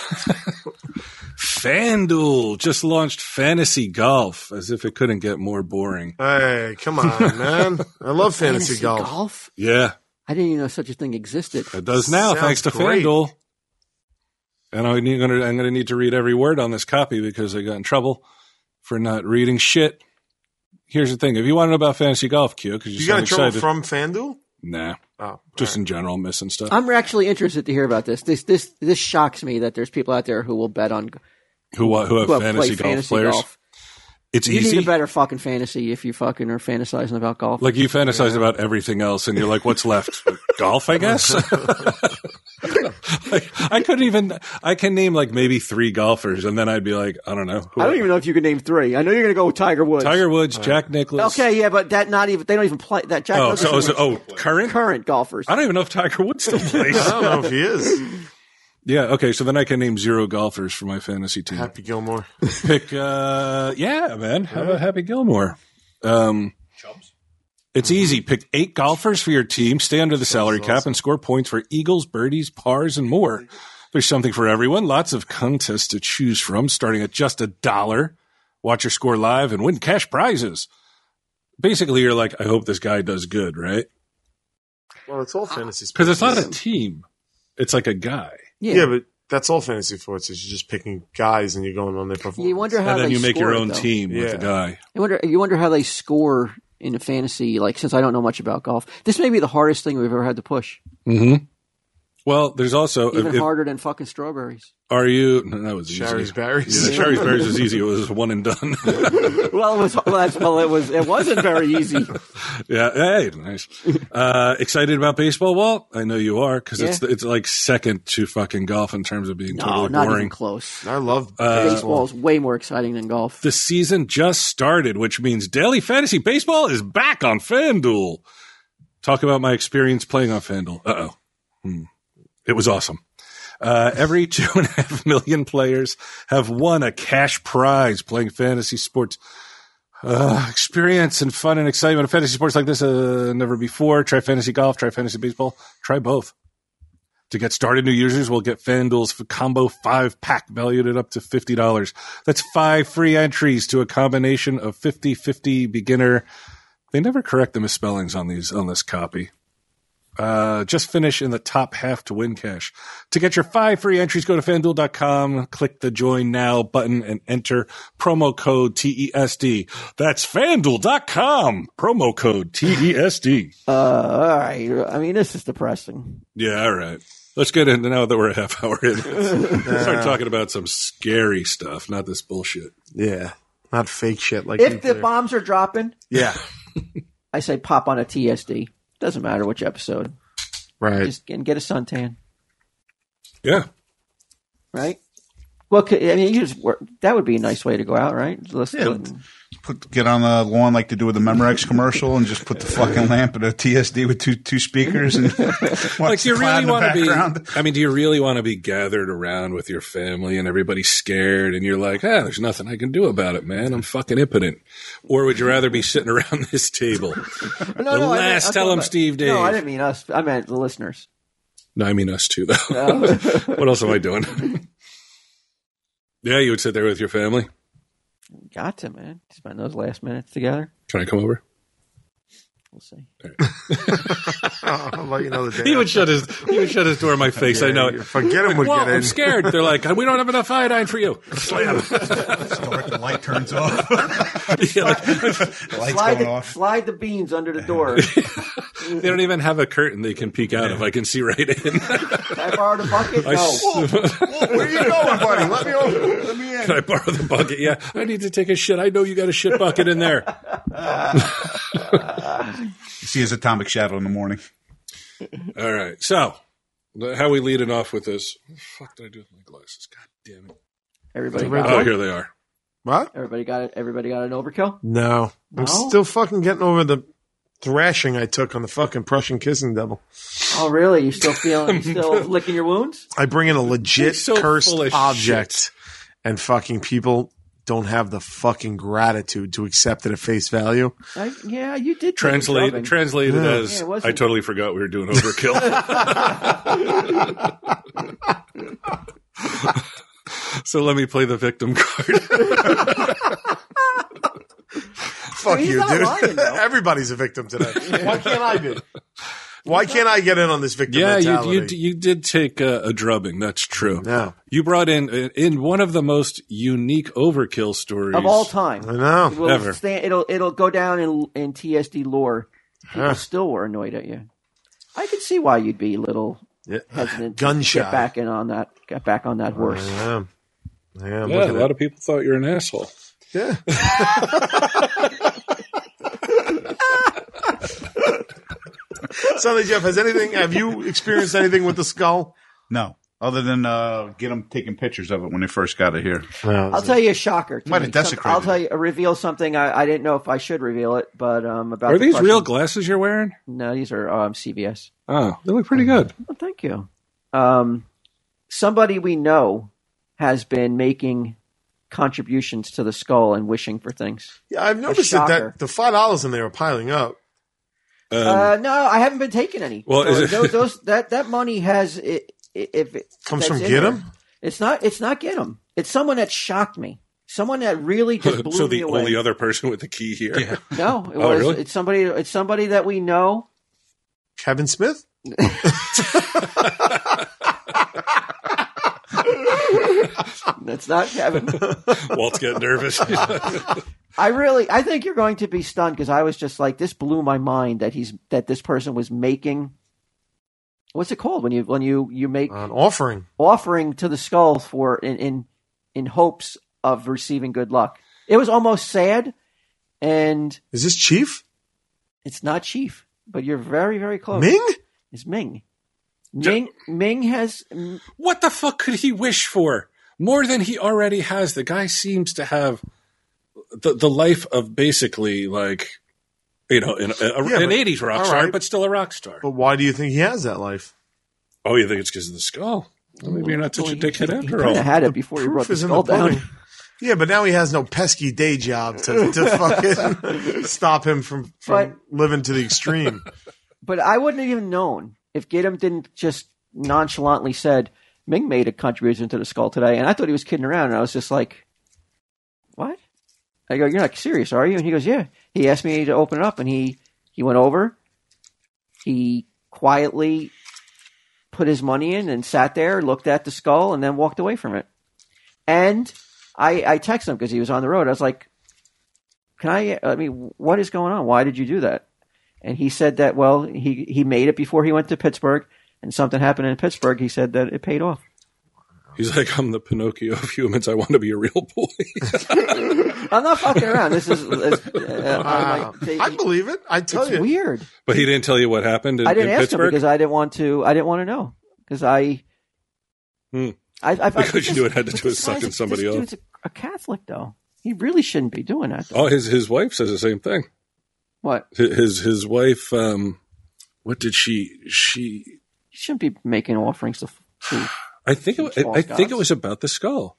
C: FanDuel just launched fantasy golf as if it couldn't get more boring.
E: Hey, come on, man. I love fantasy, golf.
C: Yeah,
F: I didn't even know such a thing existed.
C: it does now,
E: Sounds
C: thanks to
E: great.
C: FanDuel. And I need, gonna, I'm going to need to read every word on this copy because I got in trouble for not reading shit. Here's the thing: if you want to know about fantasy golf, Q, because you,
E: You got
C: sound
E: in trouble
C: excited,
E: from FanDuel?
C: nah,
E: Oh,
C: just
E: all
C: in general, missing stuff.
F: I'm actually interested to hear about this. This this this shocks me that there's people out there who will bet on
C: who wa- who have
F: who have
C: fantasy
F: play
C: golf
F: fantasy
C: players?
F: golf.
C: It's
F: You
C: easy.
F: need a better fucking fantasy if you fucking are fantasizing about golf.
C: like you fantasize about everything else, and you're like, "What's left? golf, I guess." Like, I couldn't even. I can name like maybe three golfers, and then I'd be like, "I don't know." Who
F: I don't even know if you can name three. I know you're gonna go with Tiger Woods.
C: Tiger Woods, Jack Nicklaus.
F: Okay, yeah, but that not even they don't even play that Jack.
C: Oh,
F: Nicklaus
C: so,
F: is
C: so
F: one
C: oh,
F: of
C: current.
F: the current golfers.
C: I don't even know if Tiger Woods still plays.
E: I don't know if he is.
C: yeah. Okay. So then I can name zero golfers for my fantasy team.
E: Happy Gilmore.
C: Pick. Uh, yeah, man. How about Happy Gilmore? Um, it's easy. Pick eight golfers for your team. Stay under the salary cap and score points for eagles, birdies, pars, and more. There's something for everyone. Lots of contests to choose from, starting at just a dollar. Watch your score live and win cash prizes. Basically, you're like, I hope this guy does good, right?
E: Well, it's all fantasy
C: Because it's not
E: sports.
C: a team. It's like a guy.
F: yeah,
E: Yeah, but that's all fantasy sports. Is you're just picking guys and you're going on their performance.
F: you wonder how
C: and then
F: they
C: you make
F: score
C: your
F: it,
C: own
F: though.
C: team with
E: Yeah.
C: a guy.
F: I wonder. You wonder how they score in a fantasy. Like since I don't know much about golf, this may be the hardest thing we've ever had to push.
C: Mm-hmm. Well, there's also if-
F: Even
C: if-
F: harder than fucking strawberries.
C: are you? No, that was easy.
E: Sherry's
C: Sherry's
E: berries.
C: Sherry's berries was easy. It was one and done.
F: Well, it was. Well, that's, well, it was. It wasn't very easy.
C: yeah. Hey, nice. Uh, excited about baseball, Walt? I know you are because it's
F: Yeah.
C: it's like second to fucking golf in terms of being
F: No,
C: totally
F: not
C: boring. Uh,
F: even close.
E: I love
F: Baseball
E: baseball.
F: is way more exciting than golf.
C: The season just started, which means daily fantasy baseball is back on FanDuel. Talk about my experience playing on FanDuel. Uh oh. Hmm. It was awesome. Uh, every two and a half million players have won a cash prize playing fantasy sports. Uh, experience and fun and excitement of fantasy sports like this uh, never before. Try fantasy golf, try fantasy baseball, try both. To get started, new users will get FanDuel's combo five pack valued at up to $50. That's five free entries to a combination of 50 50 beginner. They never correct the misspellings on these on this copy. Uh, just finish in the top half to win cash. To get your five free entries, go to fanduel.com, click the join now button and enter promo code TESD. That's fanduel.com, promo code E TESD.
F: Uh, all right. I mean, this is depressing.
C: Yeah, all right. Let's get into now that we're a half hour in. Let's start talking about some scary stuff, not this bullshit.
E: Yeah, not fake shit like
F: If the
E: nuclear.
F: bombs are dropping,
E: yeah,
F: I say pop on a TSD. Doesn't matter which episode.
E: right.
F: Just and get a suntan,
C: Yeah.
F: right? Well, c- I mean, you just work, that would be a nice way to go out, right? Let's
E: Yeah.
D: Put, get on the lawn like they do with the Memorex commercial and just put the fucking lamp in a TSD with two two speakers and watch
C: Like, you
D: the cloud
C: really
D: in the
C: want to
D: background.
C: be, I mean, do you really want to be gathered around with your family and everybody's scared and you're like, ah, there's nothing I can do about it, man. I'm fucking impotent. Or would you rather be sitting around this table?
F: no,
C: The
F: I meant-
C: last
F: I'm
C: tell
F: talking
C: 'em
F: about-
C: Steve Dave.
F: No, I didn't mean us. I meant the listeners.
C: No, I mean us too, though. what else am I doing? yeah, you would sit there with your family.
F: Got to man. Spend those last minutes together.
C: Can I come over?
F: We'll see.
E: Oh, I'll let you know the day.
C: He would shut his, he would shut his door in my face. I know it.
E: Forget him would
C: Well,
E: get in.
C: I'm scared. They're like, we don't have enough iodine for you. Slam.
D: the light turns off.
C: Yeah, like,
D: The light's
F: Slide
D: going
F: the,
D: off.
F: slide the beans under the door.
C: they don't even have a curtain they can peek out of. I can see right in.
F: I borrowed a
E: Oh.
F: bucket.
C: I
F: No.
C: s-
E: Where are you going, buddy? Let me over. Let me in.
C: Can I borrow the bucket? Yeah, I need to take a shit. I know you got a shit bucket in there.
D: You see his atomic shadow in the morning.
C: All right. So, how we leading off with this? What the fuck did I do with my glasses? God damn it.
F: Everybody
E: Red
F: got
C: Oh,
F: it.
C: here they are.
E: What?
F: Everybody got it. Everybody got an overkill.
E: No, I'm
F: No?
E: still fucking getting over the thrashing I took on the fucking Prussian kissing devil.
F: Oh, really? You still feeling? You still licking your wounds?
E: I bring in a legit
C: He's so
E: cursed
C: full of
E: object, and fucking people don't have the fucking gratitude to accept it at face value.
F: I, yeah, you did
G: Translate, translate it as
F: Yeah, it
G: I
F: wasn't-
G: totally forgot we were doing overkill.
C: So let me play the victim card.
E: Fuck
F: he's
E: you,
F: not
E: dude.
F: lying, though.
E: Everybody's a victim today.
D: Why can't I be?
E: Why can't I get in on this victim
C: yeah, you,
E: mentality?
C: you you did take a, a drubbing. That's true.
E: Yeah.
C: You brought in in one of the most unique overkill stories
F: of all time.
E: I know.
F: It will
C: Ever.
F: stand- it'll it'll go down in in TSD lore. People still were annoyed at you. I could see why you'd be a little
E: Yeah.
F: hesitant.
E: Gun
F: to
E: shy.
F: Get back in on that. Get back on that horse.
E: I am. I am.
C: Yeah,
E: Look
C: a
E: at
C: lot
E: it.
C: of people thought you're an asshole.
E: Sonny Jeff, has anything? Have you experienced anything with the skull?
D: No. Other than uh, get them taking pictures of it when they first got it here.
E: No.
F: I'll tell you a shocker. to
D: Might
F: me.
D: have
F: Some-
D: desecrated
F: I'll tell you, uh, reveal something I, I didn't know if I should reveal it, but um, about
C: Are
F: the
C: these
F: Prussian-
C: real glasses you're wearing?
F: No, these are um, CVS.
C: Oh, they look pretty good.
F: Well, thank you. Um, somebody we know has been making contributions to the skull and wishing for things.
E: Yeah, I've noticed that,
F: shocker.
E: that the five dollars in there are piling up.
C: Um,
F: uh, no, I haven't been taking any.
C: Well,
F: So
C: is it-
F: those, those that that money has i- i- if it
E: Comes
F: that's
E: from
F: in
E: Get
F: there.
E: 'Em?
F: It's not. It's not get 'em. It's someone that shocked me. Someone that really just blew
C: so
F: me
C: the
F: away.
C: only other person with the key here.
F: no, it
C: Oh,
F: was.
C: really?
F: It's somebody. It's somebody that we know.
E: Kevin Smith.
F: That's not Kevin.
C: Walt's getting nervous.
F: I really, I think you're going to be stunned because I was just like, this blew my mind that he's that this person was making. What's it called when you when you you make
E: An offering.
F: offering to the skull for in in, in hopes of receiving good luck? It was almost sad, and
E: Is this Chief
F: it's not chief, but you're very very close.
E: Ming?
F: It's Ming. Ming Ming has mm,
C: what the fuck could he wish for more than he already has? The guy seems to have the the life of basically like you know an, a, a-
E: Yeah,
C: an
E: but-
C: '80s rock
E: all
C: star,
E: right.
C: but still a rock star.
E: But why do you think he has that life?
C: Oh, you think it's because of the skull? Well, maybe you're not such a dickhead
F: he
C: after
F: kind of
C: all.
F: had it before he brought the skull down.
E: pudding. Yeah, but now he has no pesky day job to, to fucking stop him from, from
F: But-
E: living to the extreme.
F: But I wouldn't have even known if Gidim didn't just nonchalantly said Ming made a contribution to the skull today, and I thought he was kidding around, and I was just like, "What?" I go, "You're not serious, are you?" And he goes, "Yeah." He asked me to open it up, and he he went over. He quietly put his money in and sat there, looked at the skull, and then walked away from it. And I I texted him because he was on the road. I was like, "Can I? uh, I mean, what is going on? Why did you do that?" and he said that well he he made it before he went to Pittsburgh and something happened in Pittsburgh he said that it paid off
C: He's like, I'm the Pinocchio of humans. I want to be a real boy.
F: I'm not fucking around this is this, uh,
E: Wow.
F: I'm like,
E: I believe it. I tell
F: it's
E: you.
F: weird
C: but he didn't tell you what happened in,
F: I didn't
C: in
F: ask him
C: Pittsburgh
F: because I didn't want to I didn't want to know because I
C: Hmm.
F: I, I
C: Because you
F: this-
C: knew it had to
F: but
C: do with
F: this guy's
C: sucking
F: a-
C: somebody
F: this
C: up.
F: dude's a, a Catholic though he really shouldn't be doing that though.
C: Oh, his his wife says the same thing.
F: what
C: His his, his wife. Um, what did she she?
F: he shouldn't be making offerings to, to
C: I think it, I, I
F: False
C: think
F: gods.
C: it was about the skull.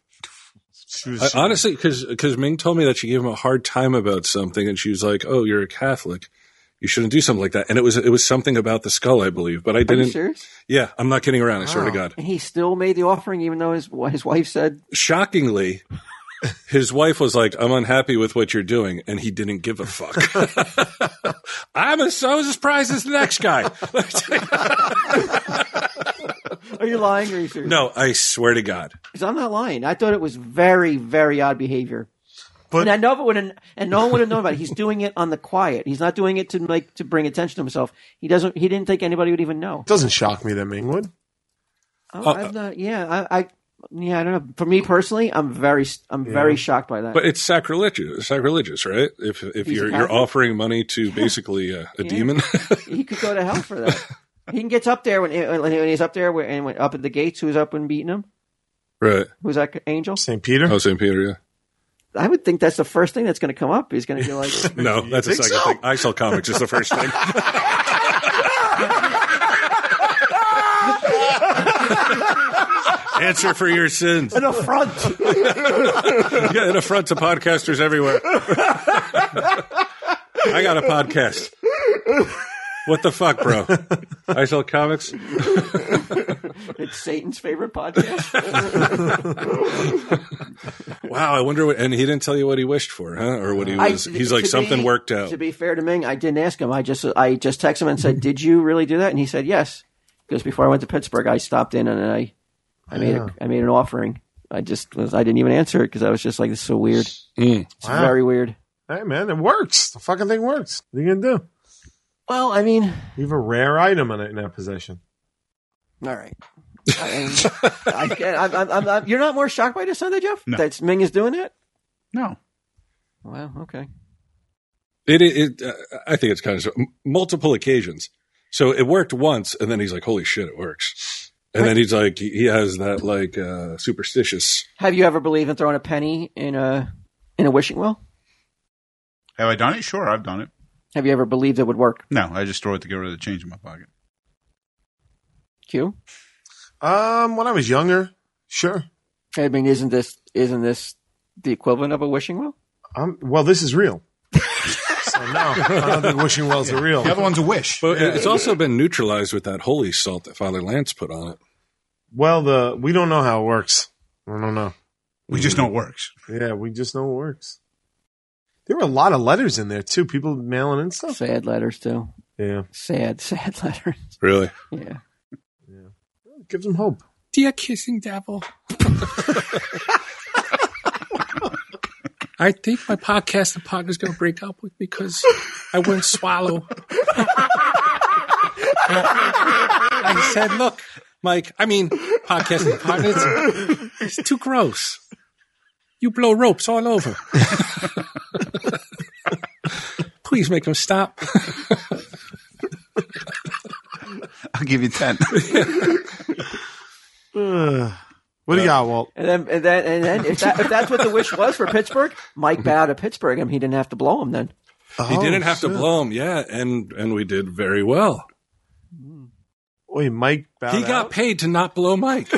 E: She was-
C: I, honestly, because Ming told me that she gave him a hard time about something, and she was like, "Oh, you're a Catholic, you shouldn't do something like that." And it was it was something about the skull, I believe, but I
F: are you
C: didn't.
F: serious
C: Yeah, I'm not kidding around. I swear to
E: Wow.
C: God.
F: and he still made the offering even though his his wife said
C: Shockingly, his wife was like, "I'm unhappy with what you're doing," and he didn't give a fuck. I'm as I was as surprised as the next guy.
F: are you lying or are you serious
C: no, I swear to God.
F: Because I'm not lying. I thought it was very, very odd behavior.
E: But-
F: and I know it would, and no one would have known about it. He's doing it on the quiet. He's not doing it to make to bring attention to himself. He doesn't. He didn't think anybody would even know.
E: doesn't shock me that Ming would.
F: Oh, I'm not. Yeah, I, I. Yeah, I don't know. For me personally, I'm very, I'm very shocked by that.
C: But it's sacrilegious, sacrilegious, right? If if
F: He's a
C: you're
F: Catholic.
C: you're offering money to basically uh, a demon,
F: he could go to hell for that. he can get up there when, when he's up there when, and when up at the gates. Who's up and beating him?
C: right?
F: Who's that angel?
E: St. Peter.
C: Oh, St. Peter, yeah.
F: I would think that's the first thing that's going to come up. He's going to be like,
C: No, that's a
E: think
C: second
E: so?
C: thing. I sell comics is the first thing. Answer for your sins.
H: An affront.
C: Yeah, an affront to podcasters everywhere. I got a podcast. What the fuck, bro? I sell comics.
F: It's Satan's favorite podcast.
C: Wow, I wonder what. And he didn't tell you what he wished for, huh? Or what he
F: I-
C: was. he's like
F: to
C: something
F: be-
C: worked out.
F: To be fair to Ming, I didn't ask him. I just I just texted him and said, "Did you really do that?" And he said, "Yes." Because before I went to Pittsburgh, I stopped in and I I made a, I made an offering. I just was I didn't even answer it because I was just like, "This is so weird.
C: Hmm.
F: It's
E: Wow.
F: very weird."
E: Hey, man, it works. The fucking thing works. What are you going to do?
F: Well, I mean,
E: You have a rare item in, in that possession.
F: all right. I, I, can't- I'm, I'm, I'm, I'm, you're not more shocked by this Sunday, Jeff?
D: No.
F: That Ming is doing it?
D: No.
F: Wow. Okay.
C: It, it, it uh, I think it's kind of m- multiple occasions. So it worked once, and then he's like, "Holy shit, it works!" And then he's like, he he has that like uh, superstitious.
F: Have you ever believed in throwing a penny in a in a wishing well?
D: Have I done it? Sure, I've done it.
F: Have you ever believed it would work?
D: No, I just throw it to get rid of the change in my pocket.
F: Q.
E: Um, When I was younger, sure.
F: I mean, isn't this isn't this the equivalent of a wishing well?
E: Um, well, this is real. so no, I don't think wishing wells are real.
D: The other one's a wish.
C: But it- it's also been neutralized with that holy salt that Father Lance put on it.
E: Well, the we don't know how it works. We don't know.
D: we just know it works.
E: Yeah, we just know it works. There were a lot of letters in there too. People mailing in stuff.
F: Sad letters too.
E: Yeah,
F: Sad, sad letters.
C: Really?
F: Yeah.
E: gives them hope.
I: Dear kissing devil. I think my podcasting partner's going to break up with me because I wouldn't swallow. I said, look, Mike, I mean, podcasting partner, it's- it's too gross. You blow ropes all over. Please make them stop.
D: I'll give you 10.
E: Ugh. what do you got, Walt?
F: And then, and then, and then, if, that, if that's what the wish was for Pittsburgh, Mike bowed to Pittsburgh. I mean, he didn't have to blow him then.
C: He
E: Oh,
C: didn't have
E: shit.
C: to blow him, yeah, and and we did very well.
E: Wait, Mike. Bowed
C: He got
E: out?
C: paid to not blow Mike.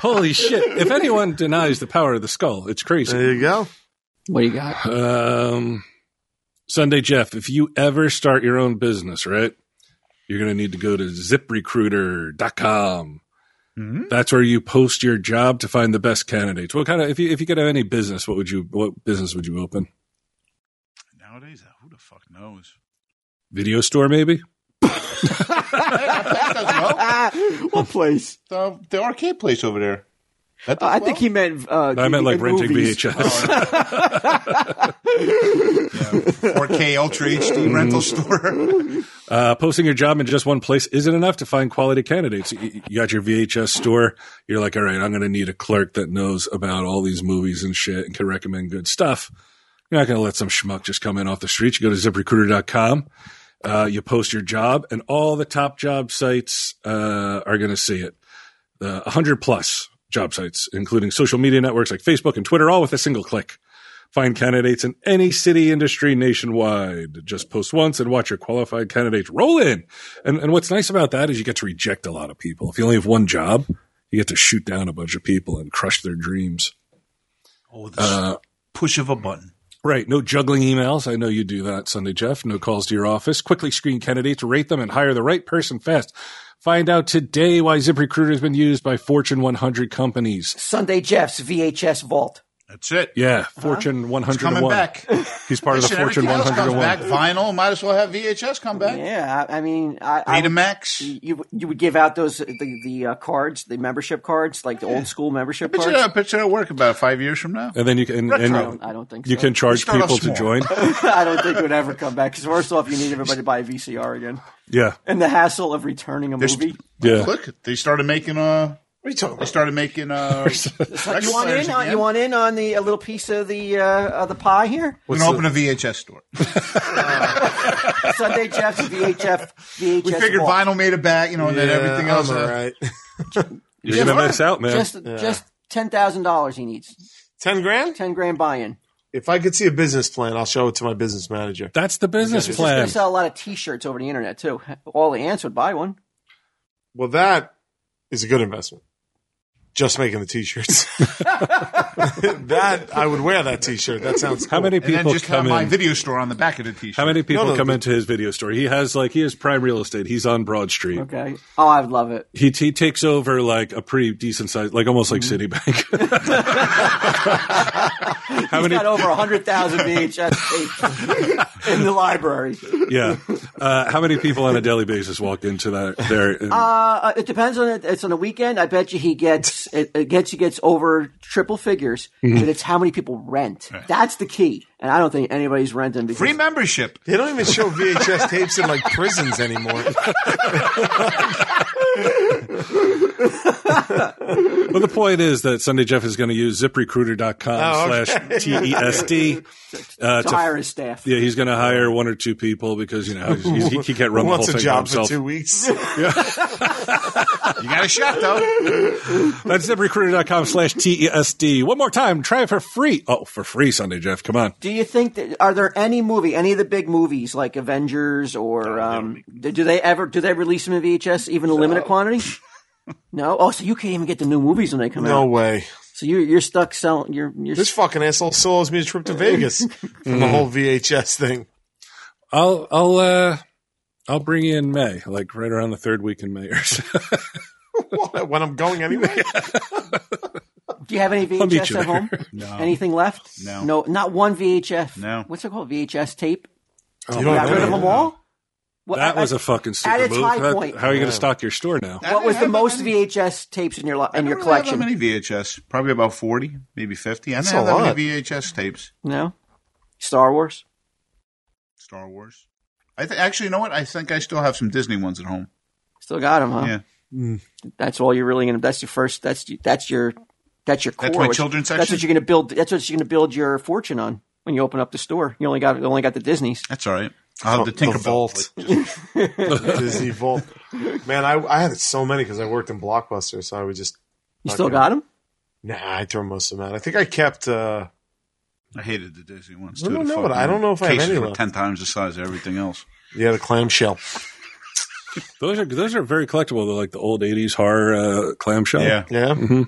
C: Holy shit! If anyone denies the power of the skull, it's crazy.
E: There you go.
F: What do you got?
C: Um, Sunday Jeff, if you ever start your own business, right, you're going to need to go to ziprecruiter.com. That's where you post your job to find the best candidates. What kind of if you if you could have any business, what would you what business would you open?
D: Nowadays, who the fuck knows?
C: Video store maybe?
F: what place?
D: The, the arcade place over there. That does
F: I
D: well.
F: think he meant. Uh,
C: I meant like renting
F: movies.
C: VHS.
D: Yeah, 4K Ultra HD rental store.
C: Uh, posting your job in just one place isn't enough to find quality candidates. You, you got your VHS store. You're like, all right, I'm going to need a clerk that knows about all these movies and shit and can recommend good stuff. You're not going to let some schmuck just come in off the street. You go to ziprecruiter.com. Uh, you post your job and all the top job sites, uh, are going to see it. Uh, 100 plus job sites, including social media networks like Facebook and Twitter, all with a single click. Find candidates in any city industry nationwide. Just post once and watch your qualified candidates roll in. And, and what's nice about that is you get to reject a lot of people. If you only have one job, you get to shoot down a bunch of people and crush their dreams.
D: Oh, this push of a button.
C: Right. No juggling emails. I know you do that, Sunday Jeff. No calls to your office. Quickly screen candidates, rate them, and hire the right person fast. Find out today why ZipRecruiter has been used by Fortune 100 companies.
F: Sunday Jeff's VHS vault.
D: That's it.
C: Yeah, Fortune 101.
D: Coming back.
C: He's part of the
D: Shit,
C: Fortune
D: everything else comes
C: 101.
D: back. Vinyl, might as well have VHS come back.
F: Yeah, I I mean, I, I would,
D: Betamax.
F: you you would give out those the the uh, cards, the membership cards, like the old school membership
D: Picture
F: cards.
D: that, picture that work about five years from now.
C: And then you can, and
F: I
C: you,
F: don't, I don't think so.
C: you can charge
D: Start off
C: people to
D: small.
C: join.
F: I don't think it would ever come back. Because first off, you need everybody to buy a VCR again,
C: Yeah.
F: and the hassle of returning a
D: There's-
F: movie.
C: Yeah.
D: Look, they started making uh
E: What are you talking
D: they
E: about?
D: started making uh record
F: You want
D: players
F: in? On,
D: again.
F: you want in on the a little piece of the uh, of the pie here?
D: We can open a VHS store.
F: Sunday Jeff's VHF VHS.
D: We figured
F: vault.
D: vinyl made it back, you know, and then everything else.
E: I'm
D: uh,
E: all right.
C: You're going to miss out, man.
F: Just just ten thousand dollars he needs.
E: Ten grand.
F: Ten grand buy-in.
E: If I could see a business plan, I'll show it to my business manager.
C: That's the business
F: They
C: plan.
F: sell a lot of T-shirts over the internet too. All the ants would buy one.
E: Well, that is a good investment. Just making the t-shirts. that I would wear that t-shirt. That sounds
C: How many
D: And then
C: people
D: just have
C: come
D: my
C: in?
D: video store on the back of the t-shirt.
C: How many people
E: no,
C: come
E: the-
C: into his video store? He has like he has prime real estate. He's on Broad Street.
F: Okay. Oh, I'd love it.
C: He he takes over like a pretty decent size, like almost like
E: Mm-hmm.
C: Citibank. How
F: He's
C: many?
F: got over 100,000 VHS tapes in the library.
C: Yeah. Uh, how many people on a daily basis walk into that there? and-
F: Uh, it depends on it. It's on a weekend. I bet you he gets it, it gets he gets over triple figures, but it's how many people rent. That's the key. And I don't think anybody's renting because
D: Free membership.
E: They don't even show VHS tapes in like prisons anymore.
C: Well, the point is that Sunday Jeff is going to use ziprecruiter.com
E: Oh, okay.
C: slash TESD. Uh,
F: to
C: to,
F: hire his staff.
C: yeah, he's going to hire one or two people because, you know, he's, he, he can't run the
E: Who
C: whole
E: wants a
C: thing by
E: job for
C: himself.
E: two weeks?
D: You got a shot though.
C: That's ziprecruiter.com slash TESD. One more time. Try it for free. Oh, for free, Sunday Jeff. Come on.
F: Do you think that are there any movie, any of the big movies like Avengers or um, do do they ever do they release them in VHS even a limited quantity? No. Oh, so you can't even get the new movies when they come
E: No
F: out.
E: way.
F: So you're you're stuck selling. You're you're
E: This fucking asshole still owes me a trip to Vegas from
C: Mm.
E: the whole VHS thing.
C: I'll, I'll, uh, I'll bring you in May, like right around the third week in May or so.
E: What, when I'm going anyway?
F: Do you have any
C: I'll meet
F: VHS
C: you
F: at home?
D: No.
F: Anything left?
D: No.
F: No, not one VHF.
D: No.
F: What's it called? VHS tape?
C: Oh,
E: you
F: Got rid of
E: know.
F: them all? Well,
C: That
F: I-
C: was
F: I-
C: a fucking super
F: at its
C: move.
F: high
C: That-
F: point.
C: how are you going to stock your store now?
F: What was the
D: have that
F: most
D: many.
F: VHS tapes in your li- in your
D: I don't have that
F: collection?
D: many VHS. Probably about 40, maybe 50. I don't
E: That's
D: have
E: a
D: that
E: lot.
D: many VHS tapes.
F: No. Star Wars.
D: Star Wars. I th- actually, you know what? I think I still have some Disney ones at home.
F: Still got them, huh?
D: Yeah,
F: That's all you're really gonna. That's your first. That's y- that's your that's your core.
D: my
F: which-
D: children's
F: That's what
D: section?
F: you're gonna build. That's what you're gonna build your fortune on when you open up the store. You only got you only got the Disney's.
D: that's all right. I'll have the
E: The
D: Tinkerbell.
E: vault. Disney Vault. Man, I, I had so many because I worked in Blockbuster, so I would just.
F: You still got them?
E: Nah, I threw most of them out. I think I kept. uh
D: I hated the Disney ones
E: I
D: too.
E: don't
D: The
E: know what-
D: fucking
E: I don't know if I have
D: cases
E: any
D: were
E: left.
D: ten times the size of everything else.
E: Yeah, the clamshell.
C: Those are those are very collectible. They're like the old '80s horror uh, clamshell.
D: Yeah,
E: Yeah.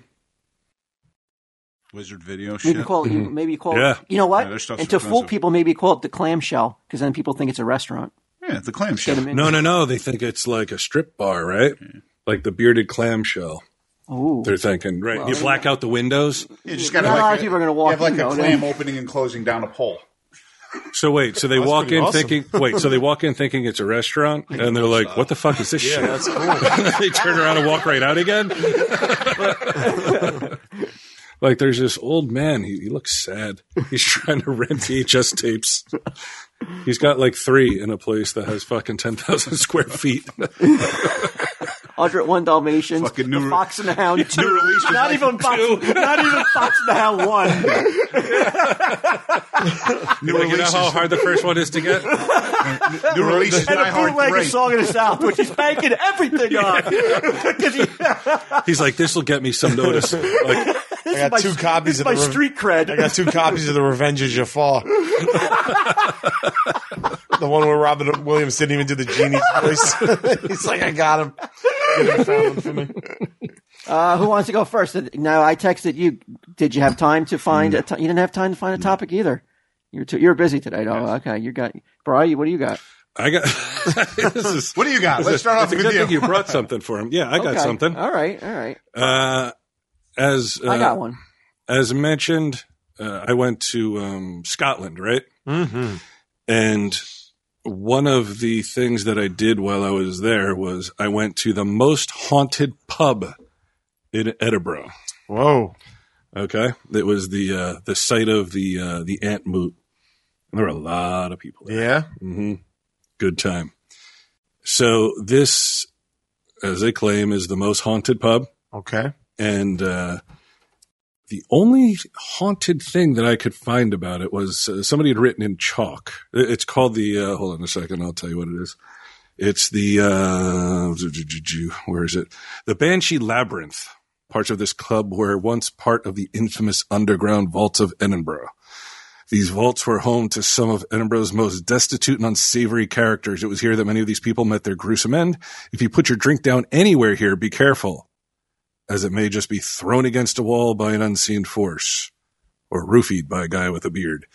D: wizard video
F: Maybe
D: shit.
F: call it. You, maybe you call
C: Yeah.
F: it. You know what?
D: Yeah, their stuff's
F: and to fool
D: expensive.
F: people, maybe you call it the clamshell because then people think it's a restaurant.
D: yeah, the clam
F: Get
D: shell.
F: 'em in.
C: No, no, no. They think it's like a strip bar, right? Like the bearded clamshell.
F: Ooh.
C: They're thinking, right? you black out the windows.
D: You just gotta
F: Not
D: have
F: a lot
D: like
F: of people are gonna walk
D: you have like
F: in,
D: a
F: though,
D: clam
F: then.
D: opening and closing down a pole.
C: So wait, so they walk
E: pretty
C: in
E: awesome.
C: thinking, wait, so they walk in thinking it's a restaurant, and they're like, "What the fuck is this shit?" they turn around and walk right out again. like there's this old man. He, he looks sad. He's trying to rent VHS tapes. He's got like three in a place that has fucking ten thousand square feet.
F: 101 Dalmatians,
D: Fucking
F: the
D: new-
F: Fox and the Hound 2.
D: release was
F: not,
D: like
F: even Fox, not even Fox and the Hound 1.
D: New
C: Like, you know
D: releases,
C: how hard the first one is to get.
D: new releases,
F: And
D: Die
F: a
D: Hard
F: bootleg of
D: three.
F: Song of the South, which is banking everything on. 'Cause he-
C: He's like, "This will get me some notice." Like,
E: I got
F: my-
E: two copies
F: this
E: of
F: is my
E: the. Re-
F: street
E: I
F: cred.
E: got two copies of the Revenge of Jafar. the one where Robin Williams didn't even do the genie's voice. He's like, I got him. Get him found him for me.
F: Uh, who wants to go first? No, I texted you. Did you have time to find a to- You didn't have time to find a topic either. You're too, you're busy today, though. Okay, you got. Bri, what do you got?
C: I got this is
D: What do you got? Let's start off
C: It's a
D: with
C: good
D: you.
C: thing you brought something for him. Yeah, I got
F: Okay,
C: something.
F: All right, all right.
C: Uh, as uh,
F: I got one.
C: as mentioned, uh, I went to um, Scotland, right?
E: Mm-hmm.
C: And one of the things that I did while I was there was I went to the most haunted pub in Edinburgh.
E: Whoa.
C: Okay, it was the uh, the site of the uh, the ant moot. There were a lot of people. There.
E: Yeah.
C: hmm Good time. So this, as they claim, is the most haunted pub.
E: Okay.
C: and uh, the only haunted thing that I could find about it was uh, somebody had written in chalk. It- It's called the. Uh, hold on a second, I'll tell you what it is. It's the uh, ju- ju- ju- ju- where is it? The Banshee Labyrinth. Parts of this club were once part of the infamous underground vaults of Edinburgh. These vaults were home to some of Edinburgh's most destitute and unsavory characters. It was here that many of these people met their gruesome end. If you put your drink down anywhere here, be careful. as it may just be thrown against a wall by an unseen force or roofied by a guy with a beard.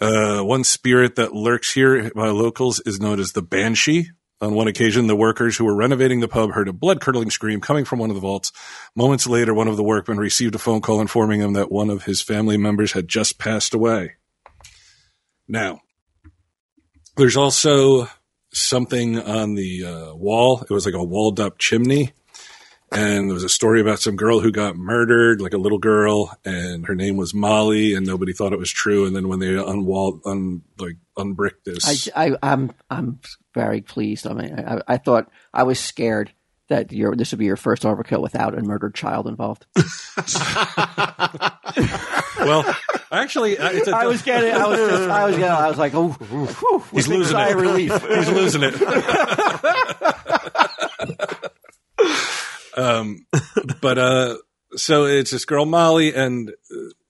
C: Uh, one spirit that lurks here by locals is known as the Banshee. On one occasion, the workers who were renovating the pub heard a blood curdling scream coming from one of the vaults. Moments later, one of the workmen received a phone call informing him that one of his family members had just passed away. Now, there's also something on the uh, wall. It was like a walled up chimney. And there was a story about some girl who got murdered, like a little girl, and her name was Molly, and nobody thought it was true. And then when they unwalled, un, like unbricked
F: I,
C: this,
F: I, I'm I'm very pleased. I mean, I, I thought I was scared that your this would be your first overkill without a murdered child involved.
C: well, actually, I- it's a,
F: I was getting. I was just. I was. Yeah. I was like, oh, whew, with a
C: losing
F: sigh
C: it.
F: of relief.
C: He's losing it. um, but uh, so it's this girl Molly, and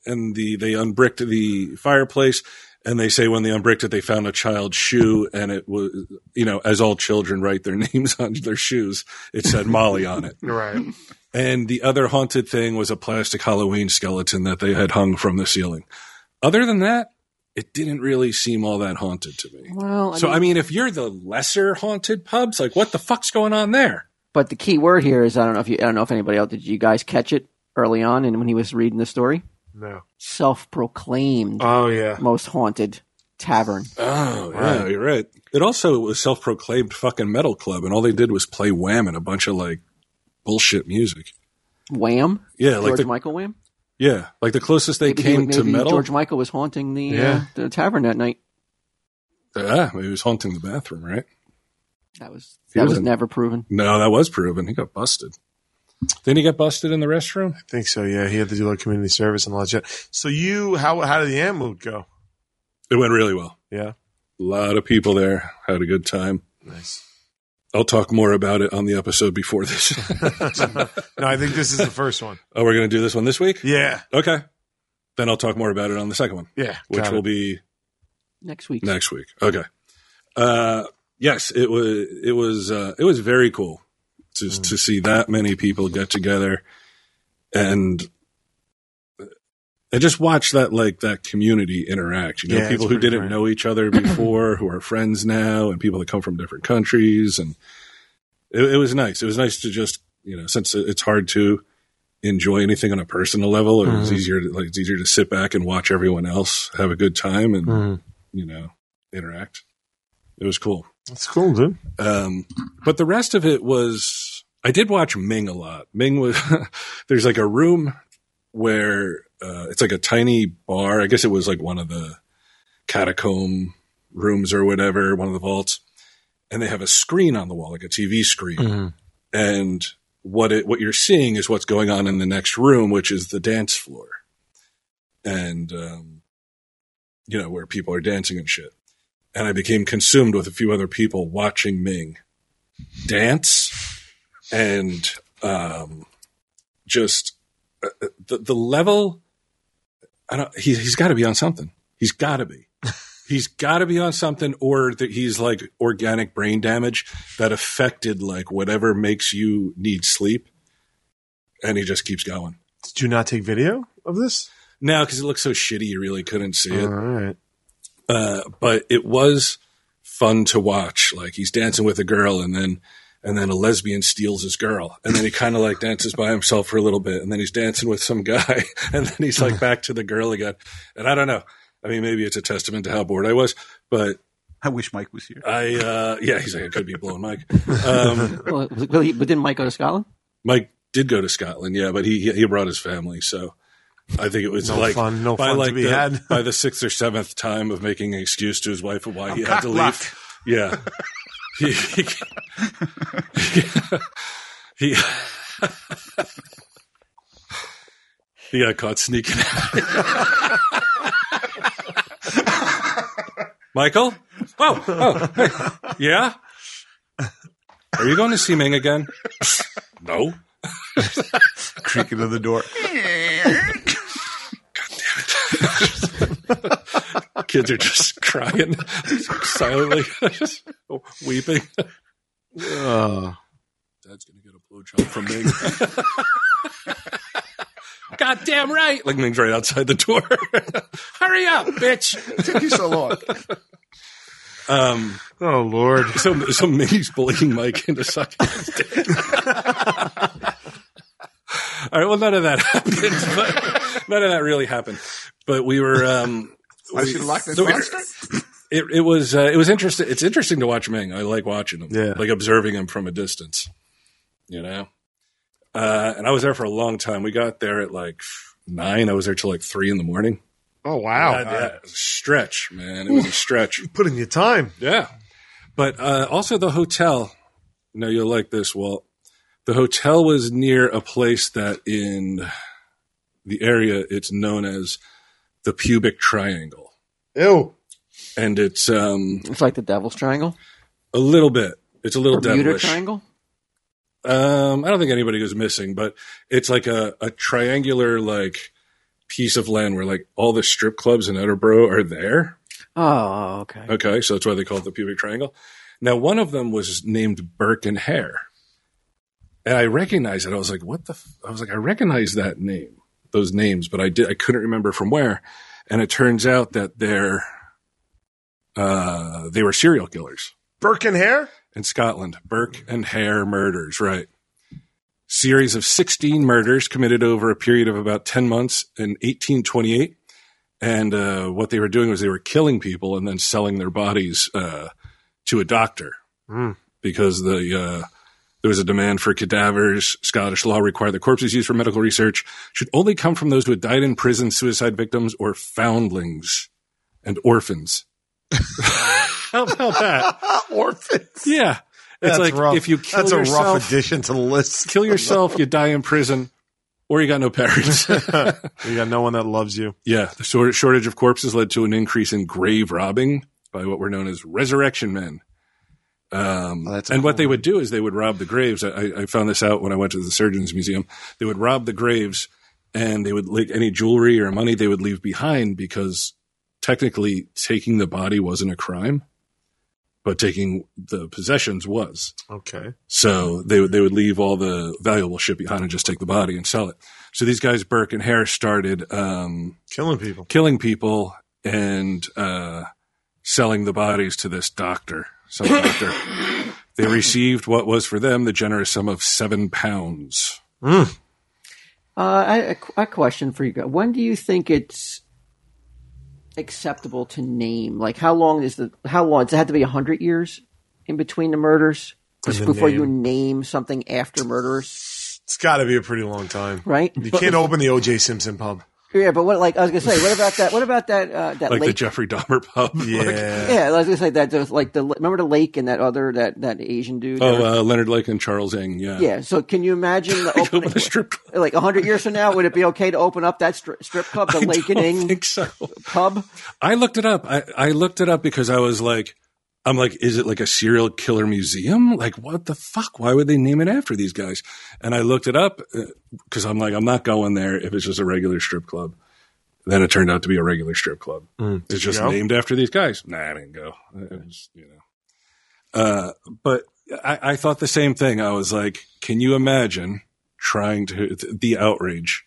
C: and the they unbricked the fireplace, and they say when they unbricked it, they found a child's shoe, and it was you know as all children write their names on their shoes, it said Molly on it.
E: Right.
C: And the other haunted thing was a plastic Halloween skeleton that they had hung from the ceiling. Other than that, it didn't really seem all that haunted to me.
F: Well, I
C: so
F: mean-
C: I mean, if you're the lesser haunted pubs, like what the fuck's going on there?
F: But the key word here is I don't know if you. I don't know if anybody else did. You guys catch it early on, and when he was reading the story,
E: No.
C: Uh.
F: self-proclaimed
E: Oh yeah.
F: most haunted tavern.
C: Oh, yeah, you're right. It also was self-proclaimed fucking metal club, and all they did was play Wham and a bunch of like bullshit music.
F: Wham.
C: Yeah, like
F: George
C: the
F: Michael Wham.
C: yeah, like the closest they
F: Maybe, he-
C: came to
F: maybe
C: metal.
F: George Michael was haunting the
E: Yeah.
F: uh, the tavern that night.
C: yeah, he was haunting the bathroom, right?
F: That was
C: He
F: that was
C: wasn't-
F: never proven.
C: No, that was proven. He got busted. Then he get busted in the restroom.
E: I think so. Yeah, he had to do like community service and all that. shit. So you, how how did the Amloot go?
C: It went really well.
E: Yeah.
C: A lot of people there had a good time.
E: Nice.
C: I'll talk more about it on the episode before this.
E: No, I think this is the first one.
C: oh, we're going to do this one this week?
E: Yeah.
C: Okay. Then I'll talk more about it on the second one,
E: Yeah.
C: which
E: got
C: will
E: it.
C: be
F: Next week.
C: next week. Okay. Uh, yes, it was. It was. Uh, it was very cool to
E: Mm.
C: to see that many people get together, and I just watch that like that community interact. You know,
E: Yeah, it's
C: people who
E: pretty
C: didn't
E: great.
C: know each other before, who are friends now, and people that come from different countries, and it, it was nice. It was nice to just you know, since it- it's hard to enjoy anything on a personal level, it was
E: Mm.
C: easier to like it's easier to sit back and watch everyone else have a good time and
E: Mhm.
C: you know, interact. It was cool.
E: That's cool, dude.
C: Um, but the rest of it was, I did watch Ming a lot. Ming was, there's like a room where, uh, it's like a tiny bar. I guess it was like one of the catacomb rooms or whatever, one of the vaults. And they have a screen on the wall, like a TV screen.
E: Mm-hmm.
C: And what it, what you're seeing is what's going on in the next room, which is the dance floor. And, um, you know, where people are dancing and shit and I became consumed with a few other people watching Ming dance and um, just uh, uh, the the level. I don't. He, he's got to be on something. He's got to be. He's got to be on something, or that he's like organic brain damage that affected like whatever makes you need sleep, and he just keeps going.
E: Did you not take video of this?
C: Now, because it looks so shitty, you really couldn't see it.
E: All right.
C: Uh, but it was fun to watch. Like he's dancing with a girl and then and then a lesbian steals his girl. And then he kind of like dances by himself for a little bit. And then he's dancing with some guy. And then he's like back to the girl again. And I don't know. I mean, maybe it's a testament to how bored I was, but
D: I wish Mike was here.
C: I, uh, yeah, he's like, I could be blown, Mike. Um,
F: Well, was it- well, he- but didn't Mike go to Scotland?
C: Mike did go to Scotland. Yeah, but he, he brought his family. So I think it was
E: No
C: like,
E: fun- no fun to be
C: the,
E: had.
C: by the sixth or seventh time of making an excuse to his wife of why he had to leave.
D: cock-blocked.
C: Yeah. he, he, he, he got caught sneaking out. Michael? Oh, oh, hey. yeah? Are you going to see Ming again? no.
D: Creaking to the door.
C: Kids are just crying silently, just weeping.
E: Uh,
C: dad's going to get a blowjob from Ming. God damn right. Like Ming's right outside the door. Hurry up, bitch.
D: It took you so long.
C: Um,
E: oh, Lord.
C: So, so Ming's bullying Mike into sucking his dick. All right. Well, none of that happened. But none of that really happened. But we were. Um,
D: I should lock this monster?
C: it, it was uh, it was interesting. It's interesting to watch Ming. I like watching him,
E: Yeah.
C: like observing him from a distance. You know, uh, and I was there for a long time. We got there at like nine. I was there till like three in the morning.
E: Oh, wow.
C: God, yeah, it was a stretch, man. It was a stretch.
E: Put in your time.
C: Yeah, but uh, also the hotel. No, you'll like this, Walt. The hotel was near a place that in the area it's known as the pubic triangle,
E: Ew.
C: and it's um,
F: It's like the Devil's Triangle.
C: a little bit. It's a little
F: Bermuda
C: devilish.
F: Triangle.
C: Um, I don't think anybody goes missing, but it's like a, a triangular like piece of land where like all the strip clubs in Edinburgh are there.
F: Oh, okay.
C: Okay, so that's why they call it the pubic triangle. Now, one of them was named Burke and Hare, and I recognized it. I was like, "What the?" F-? I was like, "I recognize that name, those names," but I did. I couldn't remember from where. And it turns out that they're uh, they were serial killers
E: Burke and Hare?
C: in Scotland. Burke and Hare murders, right. Series of 16 murders committed over a period of about 10 months in 1828. And uh, what they were doing was they were killing people and then selling their bodies uh, to a doctor
E: Mm.
C: because the uh, there was a demand for cadavers. Scottish law required that corpses used for medical research should only come from those who had died in prison, suicide victims, or foundlings and orphans.
E: How about that?
D: Orphans.
C: Yeah, it's
E: That's
C: like
E: rough.
C: if you kill
E: That's
C: yourself,
E: a rough addition to the list.
C: kill yourself, you die in prison, or you got no parents.
E: You got no one that loves you.
C: yeah, the short- shortage of corpses led to an increase in grave robbing by what were known as resurrection men. Um,
E: Oh, that's
C: and what
E: cool.
C: they would do is they would rob the graves. I, I- I found this out when I went to the Surgeons Museum. They would rob the graves and they would like any jewelry or money they would leave behind because technically taking the body wasn't a crime, but taking the possessions was.
E: Okay.
C: So they would they would leave all the valuable shit behind and just take the body and sell it. So these guys, Burke and Harris, started um,
E: Killing people.
C: killing people and uh, selling the bodies to this doctor. Some doctor. They received what was for them the generous sum of seven pounds.
F: Uh, I, a, qu- a question for you guys. When do you think it's acceptable to name? Like, how long is the, how long? Does it have to be 100 years in between the murders? Just
E: the
F: before you
E: name.
F: name something after murderers,
E: It's got to be a pretty long time.
F: right?
E: You can't open the O.J. Simpson pub.
F: Yeah, but what, like, I was going to say, what about that, what about that, uh, that
C: Like the
F: lake?
C: Jeffrey Dahmer pub.
E: Yeah.
C: Like,
F: yeah, I was going to say that, there's like the, remember the lake and that other, that, that Asian dude?
C: oh, uh, Leonard Lake and Charles Ng. Yeah.
F: yeah, so can you imagine the
C: Open
F: opening?
C: a strip club.
F: like 100 years from now, would it be okay to open up that stri- strip club, the Lake and
C: I
F: Ing
C: don't think so.
F: pub?
C: I looked it up. I, I looked it up because I was like, I'm like, is it like a serial killer museum? Like, what the fuck? Why would they name it after these guys? And I looked it up because I'm like, I'm not going there if it's just a regular strip club. Then it turned out to be a regular strip club.
E: Mm. Did
C: It's
E: you
C: just
E: go?
C: named after these guys. Nah, I didn't go. It was, you know. Uh, but I, I thought the same thing. I was like, can you imagine trying to the outrage?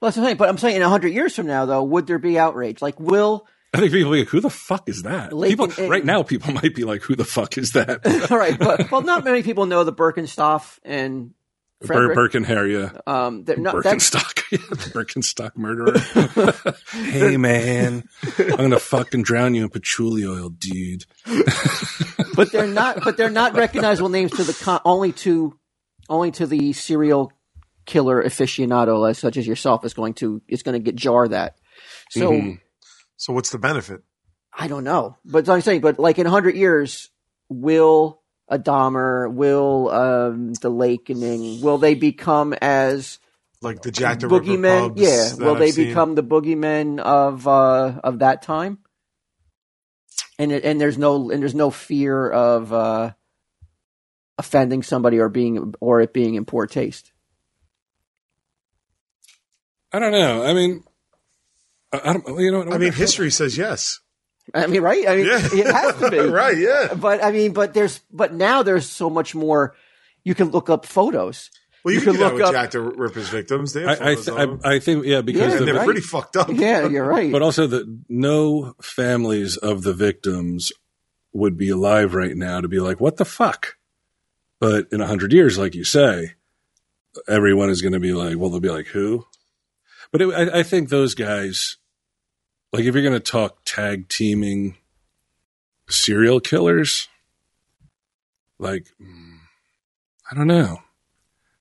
F: Well, that's what I'm saying. But I'm saying in 100 years from now, though, would there be outrage? Like, will.
C: I think people are like, who the fuck is that?
F: Lake
C: People,
F: and Ing.
C: right now, people might be like, who the fuck is that?
F: All right. But, well, not many people know the Birkenstock and
C: Bir-
F: Frederick.
C: Birkenhair, yeah.
F: um, they're not, that's,
C: Birkenstock. Yeah, the Birkenstock murderer. hey, man. I'm going to fucking drown you in patchouli oil, dude.
F: but they're not. But they're not recognizable names to the con- only to only to the serial killer aficionado, like, such as yourself, is going to is going to get jar that. So
C: Mhm.
E: So what's the benefit?
F: I don't know, but that's what I'm saying, but like in hundred years, will a Dahmer, will um, the Lakening, will they become as
E: Like the Jack the Ripper
F: boogeymen?
E: pubs.
F: Yeah,
E: that
F: will
E: I've
F: they
E: seen?
F: become the boogeymen of uh, of that time? And it- and there's no and there's no fear of uh, offending somebody or being or it being in poor taste.
C: I don't know. I mean, I, I don't, you know, what?
E: I mean, history says yes.
F: I mean, right? I mean,
E: Yeah.
F: it has to be
E: right, yeah.
F: but I mean, but there's, but now there's so much more. you can look up photos.
E: Well, you,
F: You
E: can,
F: can
E: do that
F: look
E: with
F: up-
E: Jack the Ripper's victims. They have
C: I I,
E: photos
C: th-
E: of them.
C: I I think yeah because
F: Yeah,
C: the,
E: and they're
F: right.
E: pretty fucked up.
F: Yeah, you're right.
C: but also the no families of the victims would be alive right now to be like what the fuck but in 100 years like you say everyone is going to be like well they'll be like who but it, I, I think those guys like if you're going to talk tag teaming serial killers like mm, i don't know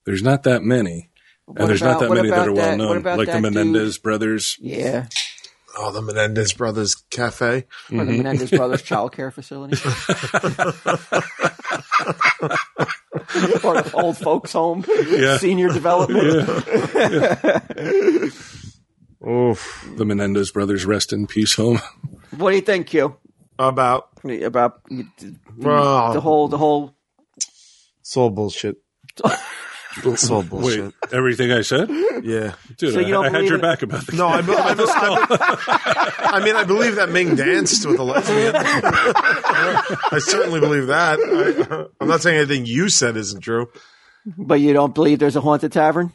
C: there's not that many
F: What
C: and there's
F: about-
C: not that
F: what
C: many that
F: about
C: are well
F: what
C: known
F: about
C: like the
F: that dude-
C: menendez brothers
F: Yeah,
E: Oh, the Menendez Brothers Cafe.
F: or
C: Mm-hmm.
F: the Menendez Brothers Child Care Facility, or the old folks' home, senior development.
E: Oof.
C: the Menendez brothers rest in peace home.
F: What do you think, Q?
E: About oh.
F: About
E: well,
F: the whole the whole
E: it's all bullshit. it's all bullshit.
C: Wait, everything I said?
E: Yeah.
C: Dude,
F: So you
C: I,
F: don't
C: I had
F: believe
C: your
F: it-
C: back about this.
E: No, I, be- I, be- I, be- I mean, I believe that Ming danced with a lesbian. I certainly believe that. I, I'm not saying anything you said isn't true.
F: But you don't believe there's a haunted tavern?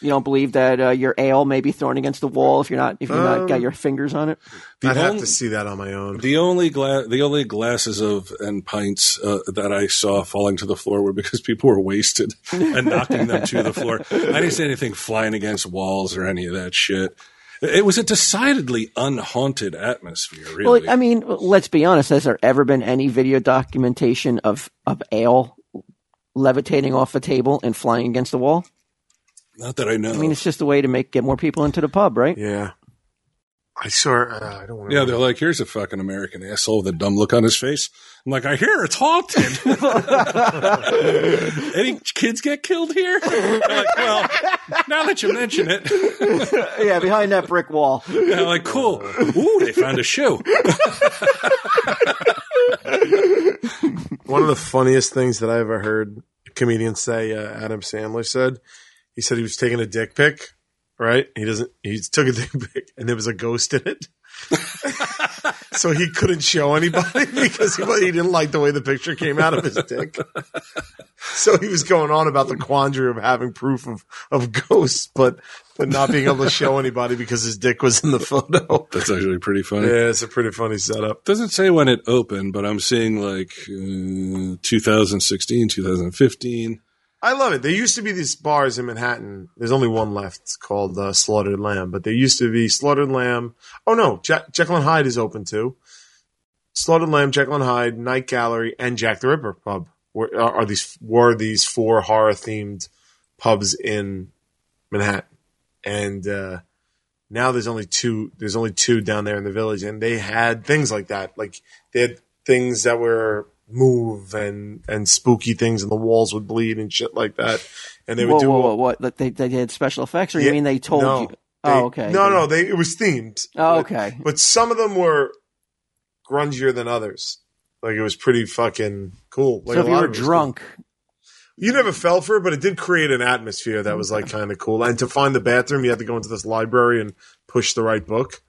F: You don't believe that uh, your ale may be thrown against the wall if you're not if you're not got your fingers on it?
E: I'd have
C: only-
E: to see that on my own.
C: The only gla- the only glasses of and pints uh, that I saw falling to the floor were because people were wasted and knocking them to the floor. I didn't see anything flying against walls or any of that shit. It was a decidedly unhaunted atmosphere, really.
F: Well, I mean, let's be honest. Has there ever been any video documentation of of ale levitating off a table and flying against the wall?
C: Not that I know.
F: I mean, it's just a way to make get more people into the pub, right?
E: Yeah. I saw. Uh, I don't want to.
C: yeah, they're like, here's a fucking American asshole with a dumb look on his face. I'm like, I hear it's haunted. Any kids get killed here? They're like, well, now that you mention it,
F: Yeah, behind that brick wall.
C: They're like, cool. Ooh, they found a shoe.
E: One of the funniest things that I ever heard a comedian say, uh, Adam Sandler said, he said he was taking a dick pic, right? He doesn't, he took a dick pic and there was a ghost in it. so he couldn't show anybody because he, wa- he didn't like the way the picture came out of his dick. So he was going on about the quandary of having proof of, of ghosts, but, but not being able to show anybody because his dick was in the photo.
C: That's actually pretty funny.
E: Yeah, it's a pretty funny setup.
C: Doesn't say when it opened, but I'm seeing like uh, 2016, 2015.
E: I love it. There used to be these bars in Manhattan. There's only one left. It's called uh, Slaughtered Lamb, but there used to be Slaughtered Lamb. Oh no, Jack- Jekyll and Hyde is open too. Slaughtered Lamb, Jekyll and Hyde, Night Gallery, and Jack the Ripper pub were, are, are these were these four horror themed pubs in Manhattan, and uh, now there's only two. There's only two down there in the village, and they had things like that. Like they had things that were move and and spooky things, and the walls would bleed and shit like that. And they
F: Whoa,
E: would do all-
F: whoa, whoa! What That they they did special effects, or you
E: Yeah,
F: mean they told
E: no.
F: you?
E: They-
F: oh, okay.
E: No, no, they it was themed.
F: Oh, okay.
E: But, but some of them were grungier than others. Like it was pretty fucking cool. Like
F: So
E: a
F: if you
E: lot
F: were
E: of it was
F: drunk,
E: cool. you never fell for it, but it did create an atmosphere that was like kind of cool. And to find the bathroom, you had to go into this library and push the right book.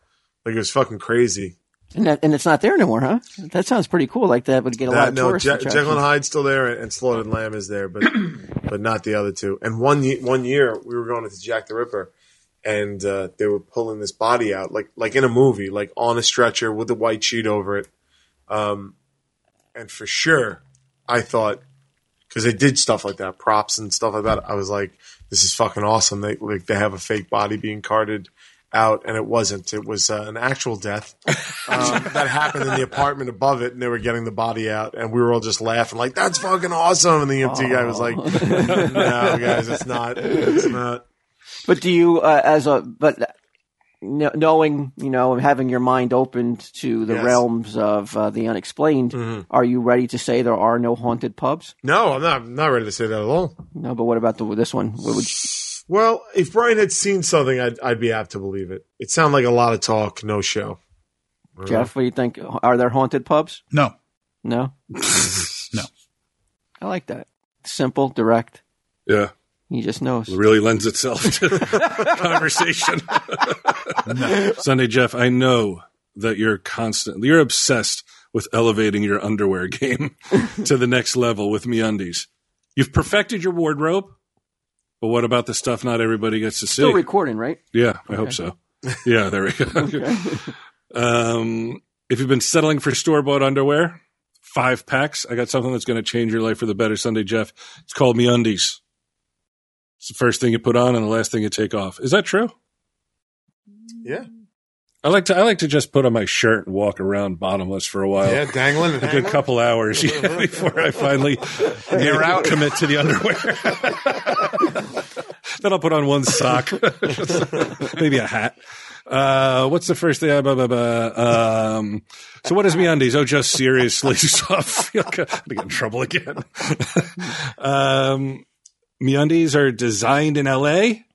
E: Like it was fucking crazy.
F: and that, and it's not there anymore, huh? That sounds pretty cool. Like that would get a lot
E: That
F: of
E: no,
F: tourist
E: Je-
F: attractions.
E: Jekyll and Hyde's still there, and, and Slaughtered Lamb is there, but but not the other two. And one ye- one year we were going into Jack the Ripper, and uh, they were pulling this body out like like in a movie, like on a stretcher with a white sheet over it. Um, and for sure, I thought because they did stuff like that, props and stuff like that. I was like, this is fucking awesome. They like they have a fake body being carted out, and it wasn't. It was uh, an actual death um, that happened in the apartment above it, and they were getting the body out, and we were all just laughing like, "That's fucking awesome!" And the EMT guy was like, "No, guys, it's not. It's not."
F: But do you, uh, as a, but kn- knowing, you know, and having your mind opened to the
E: Yes.
F: realms of uh, the unexplained,
C: Mm-hmm.
F: are you ready to say there are no haunted pubs?
E: No, I'm not. I'm not ready to say that at all.
F: No, but what about the, this one? What would you-
E: Well, if Brian had seen something, I'd, I'd be apt to believe it. It sounded like a lot of talk, no show.
F: Jeff, what do you think? Are there haunted pubs?
D: No.
F: No?
D: No.
F: I like that. Simple, direct.
C: Yeah,
F: He just knows.
C: it really lends itself to conversation. Sunday Jeff, I know that you're constant, you're obsessed with elevating your underwear game to the next level with MeUndies. You've perfected your wardrobe, but what about the stuff not everybody gets to see?
F: Still recording, right?
C: yeah, I hope so. Yeah, there we go. um, if you've been settling for store bought underwear, five packs. I got something that's going to change your life for the better Sunday, Jeff. It's called Me Undies. It's the first thing you put on and the last thing you take off. Is that true?
E: Yeah.
C: I like to I like to just put on my shirt and walk around bottomless for a while.
E: Yeah, dangling.
C: A good couple hours yeah, before I finally air out commit to the underwear. then I'll put on one sock, maybe a hat. Uh, what's the first thing? Uh, blah, blah, blah. Um, so what is MeUndies? Oh, just seriously stuff. I'm gonna get in trouble again. um, MeUndies are designed in L.A.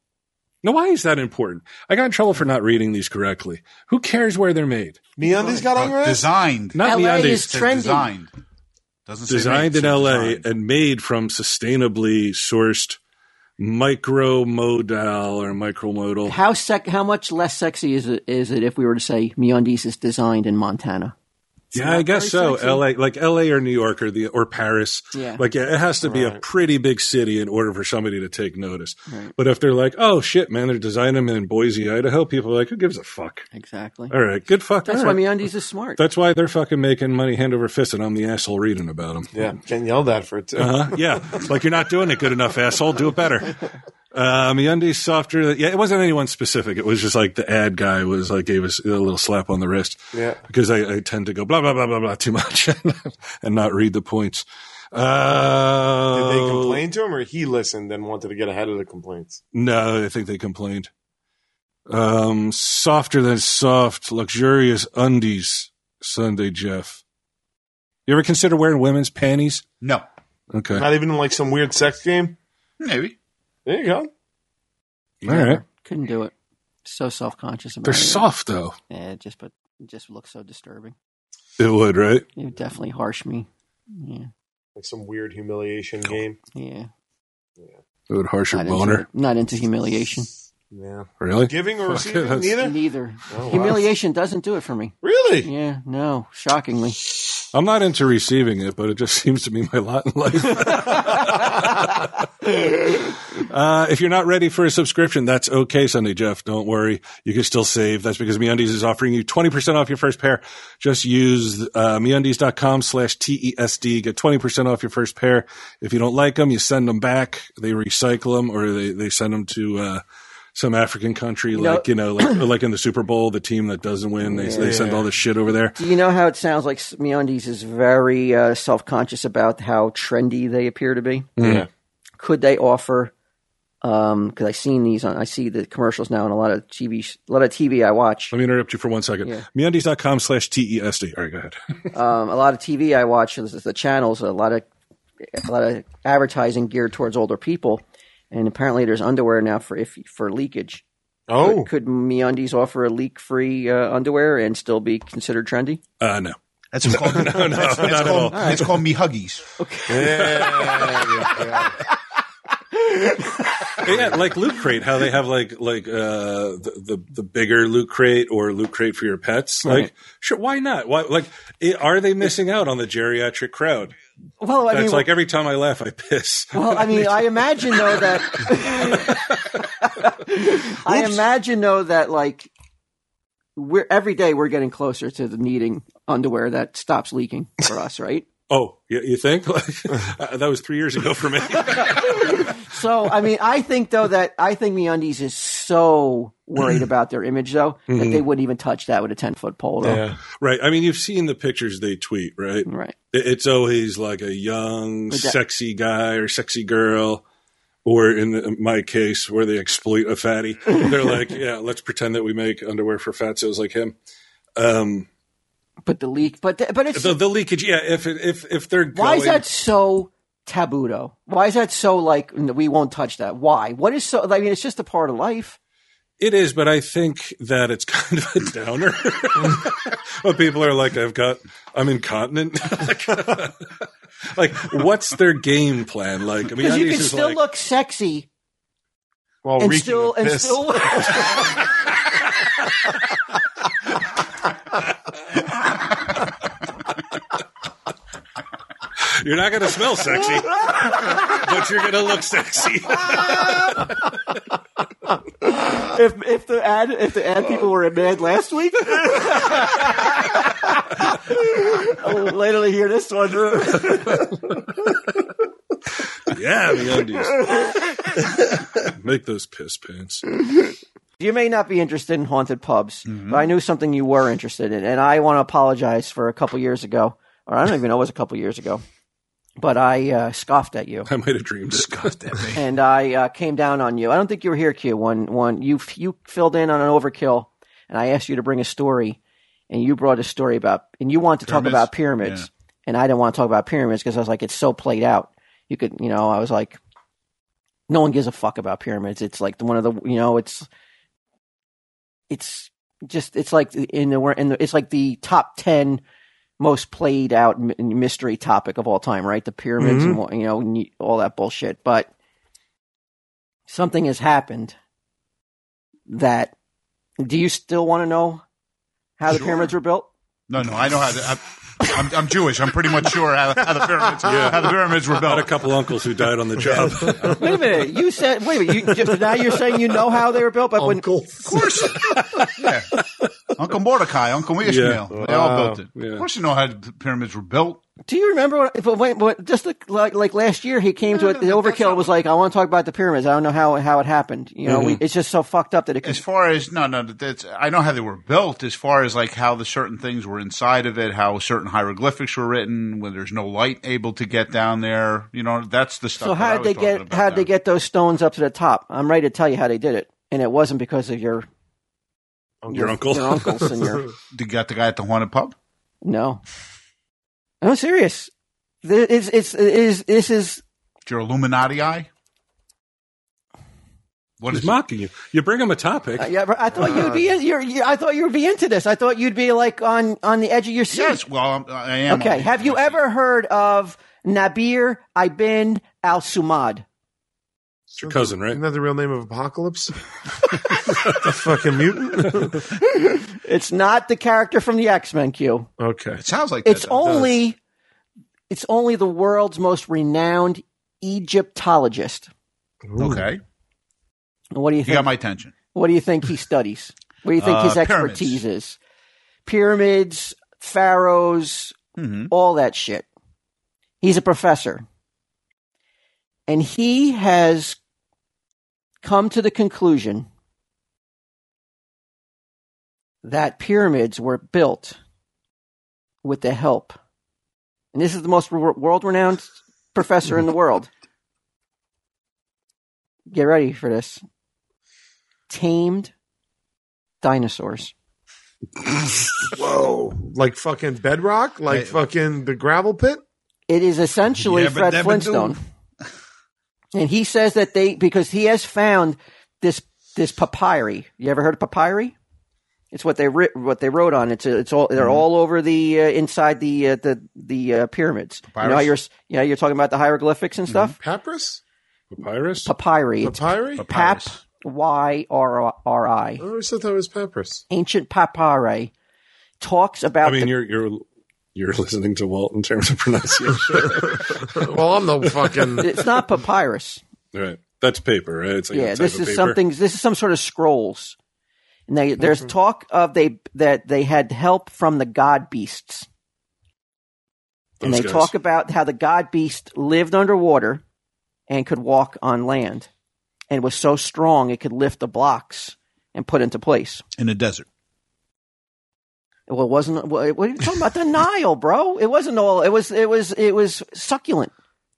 C: Now, why is that important? I got in trouble for not reading these correctly. Who cares where they're made?
E: Me undies got on your ass?
D: Uh, Designed.
C: Not
F: LA
C: MeUndies.
F: is trendy.
D: Designed. Doesn't say
C: designed in
D: made, it says
C: LA
D: designed.
C: and made from sustainably sourced micromodal or micromodal.
F: How sec? How much less sexy is it? Is it if we were to say MeUndies is designed in Montana?
C: Yeah, I guess so. LA, like LA or New York or the or Paris.
F: Yeah.
C: Like yeah, it has to be a pretty big city in order for somebody to take notice. But if they're like, oh shit, man, they're designing them in Boise, Idaho, people are like, who gives a fuck?
F: Exactly.
C: All right, good fuck.
F: That's
C: all
F: why
C: right.
F: MeUndies is smart.
C: That's why they're fucking making money hand over fist, and I'm the asshole reading about them.
E: Yeah, getting yelled at for it too.
C: Uh-huh. Yeah, like you're not doing it good enough, asshole. Do it better. Um, Yundi's softer. Yeah, it wasn't anyone specific. It was just like the ad guy was like gave us a little slap on the wrist.
E: Yeah.
C: because I, I tend to go blah blah blah blah blah too much and not read the points. Uh,
E: Did they complain to him, or he listened and wanted to get ahead of the complaints?
C: No, I think they complained. Um, softer than soft, luxurious undies. Sunday Jeff. You ever consider wearing women's panties?
D: No.
C: Okay.
E: Not even in, like some weird sex game.
D: Maybe.
E: There you go.
C: All right.
F: Couldn't do it. So self conscious about
C: They're
F: it.
C: soft though.
F: Yeah, it just but it just looks so disturbing.
C: It would, right?
F: You definitely harsh me. Yeah,
E: Like some weird humiliation game.
F: yeah.
C: It would harsh your
F: Not into,
C: boner.
F: not into humiliation.
E: Yeah.
C: Really?
E: Giving or
C: Fuck,
E: receiving?
C: that's-
E: Neither.
F: Neither.
E: wow.
F: Humiliation doesn't do it for me.
E: Really?
F: Yeah, no. Shockingly.
C: I'm not into receiving it, but it just seems to be my lot in life. uh, if you're not ready for a subscription, that's okay, Sunday Jeff. Don't worry. You can still save. That's because MeUndies is offering you 20% off your first pair. Just use uh, MeUndies.com slash TESD. Get 20% off your first pair. If you don't like them, you send them back. They recycle them or they, they send them to uh, some African country,
F: know-
C: like, you know, like, like in the Super Bowl, the team that doesn't win, they, they send all this shit over there.
F: Do you know how it sounds like MeUndies is very uh, self conscious about how trendy they appear to be?
E: Yeah.
F: Could they offer? Because I've seen these on, I see the commercials now on a lot of TV, sh- a lot of TV I watch.
C: Let me interrupt you for one second.
F: Yeah.
C: MeUndies.com slash TESD. All right, go ahead.
F: um, a lot of TV I watch, is the channels, a lot of a lot of advertising geared towards older people, and apparently there's underwear now for if for leakage.
E: Oh,
F: Could MeUndies offer a leak-free uh, underwear and still be considered trendy?
C: Uh, no.
D: That's what's called. no, no, that's,
C: not at
D: called,
C: all.
D: It's called me huggies.
C: Yeah, like Loot Crate, how they have like like uh, the, the the bigger Loot Crate or Loot Crate for your pets. Like, sure, why not? Why like it, are they missing out on the geriatric crowd?
F: Well, I
C: That's
F: mean,
C: like every time I laugh, I piss.
F: well, I mean, I imagine though that I imagine though that like we're every day we're getting closer to the needing underwear that stops leaking for us, right?
C: oh, you, you think? Like, uh, that was three years ago for me.
F: So I mean, I think though that I think MeUndies is so worried about their image though that
C: Mm-hmm.
F: they wouldn't even touch that with a ten foot pole. Though.
E: yeah.
C: right. I mean, you've seen the pictures they tweet, right?
F: Right.
C: It- It's always like a young,
F: that-
C: sexy guy or sexy girl, or in the, my case, where they exploit a fatty. They're like, yeah, let's pretend that we make underwear for fatzos like him. Um,
F: But the leak, but the, but it's
C: the, the leakage, yeah. If it, if if they're
F: why
C: going,
F: is that so taboo though? Why is that so like "No, we won't touch that? Why? What is so? I mean, it's just a part of life.
C: It is, but I think that it's kind of a downer. but people are like, I've got, I'm incontinent. like, what's their game plan? Like, I mean,
F: Because you
C: MeUndies
F: can
C: is
F: still
C: like-
F: look sexy
E: Well,
F: and still and still.
C: You're not going to smell sexy, but you're going to look sexy.
F: if if the ad if the ad people were in mad last week, I would later to hear this one.
C: yeah, the undies. Make those piss pants.
F: you may not be interested in haunted pubs, but I knew something you were interested in, and I want to apologize for a couple years ago, or I don't even know it was a couple years ago, but I uh, scoffed at you
C: I might have dreamed it.
F: and I uh, came down on you. I don't think you were here, Q. One, one, you you filled in on an overkill, and I asked you to bring a story, and you brought a story about, and you wanted to
D: Pyramids?
F: talk about pyramids, and I didn't want to talk about pyramids because I was like, it's so played out. You could, you know, I was like, no one gives a fuck about pyramids. It's like one of the, you know, it's, it's just, it's like in the, in the it's like the top ten most played out m- mystery topic of all time, right? The pyramids and what- you know and all that bullshit. But something has happened that. Do you still want to know how the pyramids were built?
D: No, no, I know how. The, I, I'm, I'm Jewish. I'm pretty much sure how, how the pyramids how the pyramids were
C: Had a
D: built.
C: couple uncles who died on the job.
F: Wait a minute, you said. Wait a minute, you, just, now you're saying you know how they were built, but when
D: Uncle Mordecai, Uncle Ishmael, they all built it.
C: Yeah.
D: Of course, you know how the pyramids were built.
F: do you remember? When, but wait, but just like, like like last year, he came to it. The overkill and was like, I want to talk about the pyramids. I don't know how how it happened. You know,
D: Mm-hmm.
F: we, it's just so fucked up that it.
D: As
F: Could,
D: far as no, no, that's I know how they were built. As far as like how the certain things were inside of it, how certain hieroglyphics were written, when there's no light able to get down there. You know, that's the stuff.
F: so
D: that I
F: how did
D: was
F: they
D: talking
F: get
D: about
F: how did they
D: there.
F: get those stones up to the top? I'm ready to tell you how they did it, and it wasn't because of your
C: Your uncle.
F: your uncles, and your
D: They got the guy at the haunted pub.
F: no. I'm serious. Th- It's it's it is this is
D: Your Illuminati eye. What
C: He's
D: is
C: mocking you. You bring him a topic.
F: Uh, yeah, but I thought you'd be in, you're, you I thought you'd be into this. I thought you'd be like on on the edge of your seat.
D: Yes, well, I'm, I am.
F: okay. Have you ever heard of Nabir Ibn Al Sumad?
C: It's your cousin, right?
E: Isn't that the real name of Apocalypse? the fucking mutant?
F: It's not the character from the X Men. Q.
E: okay.
D: It sounds like that,
F: It's
D: though.
F: only it's only the world's most renowned Egyptologist.
D: okay.
F: And What do you
D: You
F: think?
D: got my attention.
F: what do you think he studies? What do you think
D: Uh,
F: his
D: pyramids.
F: expertise is? Pyramids, pharaohs,
D: Mm-hmm.
F: all that shit. He's a professor. And he has come to the conclusion that pyramids were built with the help. And this is the most world renowned professor in the world. Get ready for this. Tamed dinosaurs.
E: Whoa. Like fucking bedrock? Like
D: Hey.
E: fucking the gravel pit?
F: It is essentially
D: Yeah, but
F: Fred
D: that would do-
F: Flintstone. and he says that they because he has found this this papyri. You ever heard of papyri? It's what they writ, what they wrote on. It's it's all
D: Mm-hmm.
F: they're all over the uh, inside the uh, the the uh, pyramids. You know how
D: Papyrus?
F: you're s- you know you're talking about the hieroglyphics and stuff.
E: Papyrus?
C: Papyrus?
D: Mm-hmm.
F: Papyri. It's
E: Papyri?
F: pap y r r i.
E: I always thought that was papyrus.
F: Ancient papyri talks
C: I
F: about
C: mean,
F: the-
C: you're you're you're listening to Walt in terms of pronunciation.
E: Well, I'm the fucking.
F: it's not papyrus.
C: right. That's paper, right? It's like a
F: yeah,
C: type
F: this
C: of
F: is
C: paper.
F: something. This is some sort of scrolls. And they, there's
C: Mm-hmm.
F: talk of they that they had help from the god beasts, and
C: Those
F: they
C: guys.
F: talk about how the god beast lived underwater and could walk on land, and was so strong it could lift the blocks and put into place.
D: In a desert.
F: Well, it wasn't. What what are you talking about? The Nile, bro. It wasn't all. It was. It was. It was succulent.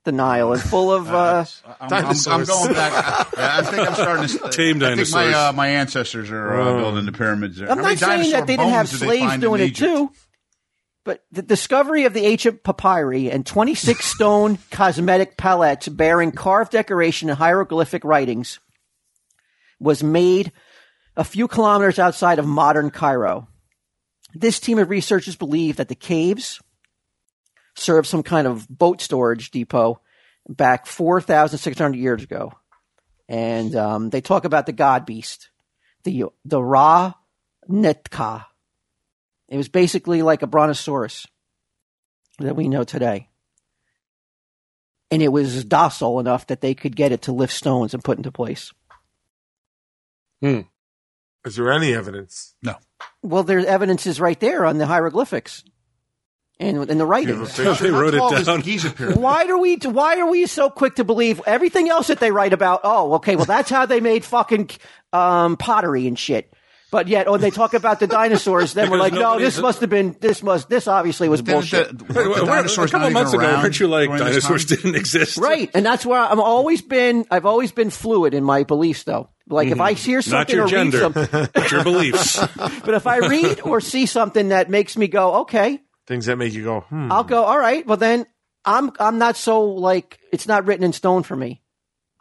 F: The Nile and full of. Uh,
D: I'm, I'm- I'm
E: Dinosaurs.
D: going back. I, I think I'm starting to.
C: Tame
D: I think my,
C: dinosaurs.
D: uh, my ancestors are uh, building the pyramids. There.
F: I'm
D: How
F: not
D: many
F: saying
D: dinosaur
F: that they didn't have
D: bones did they
F: slaves
D: find
F: doing
D: in
F: it
D: Egypt?
F: too, but the discovery of the ancient papyri and 26 stone cosmetic palettes bearing carved decoration and hieroglyphic writings was made a few kilometers outside of modern Cairo. This team of researchers believe that the caves served some kind of boat storage depot back 4,600 years ago. And um, they talk about the god beast, the, the Ra Netka. It was basically like a brontosaurus that we know today. and it was docile enough that they could get it to lift stones and put into place.
E: Is there any evidence?
F: Well, their evidence is right there on the hieroglyphics and in the writings.
I: they wrote
D: How tall
I: it
D: is
I: down.
D: the Giza pyramid?
F: Why are we? Why are we so quick to believe everything else that they write about? Oh, okay. Well, that's how they made fucking um, pottery and shit. But yet, when they talk about the dinosaurs, then we're
I: Because
F: like, no,
I: nobody's-
F: this must have been. This must. This obviously was bullshit.
D: The, the,
I: Wait, wait, wait, a
D: dinosaurs
I: couple
D: not
I: months
D: even
I: ago,
D: around
I: weren't you like
D: during this
I: dinosaurs
D: time?
I: didn't exist?
F: Right, and that's where I'm always been. I've always been fluid in my beliefs, though. Like if I hear
I: Mm-hmm. Not
F: something
I: your
F: or read
I: gender,
F: something,
I: but your beliefs.
C: Oh,
F: but if I read or see something that makes me go, okay,
E: Things that make you go, hmm.
F: I'll go. All right, well then, I'm I'm not so like it's not written in stone for me.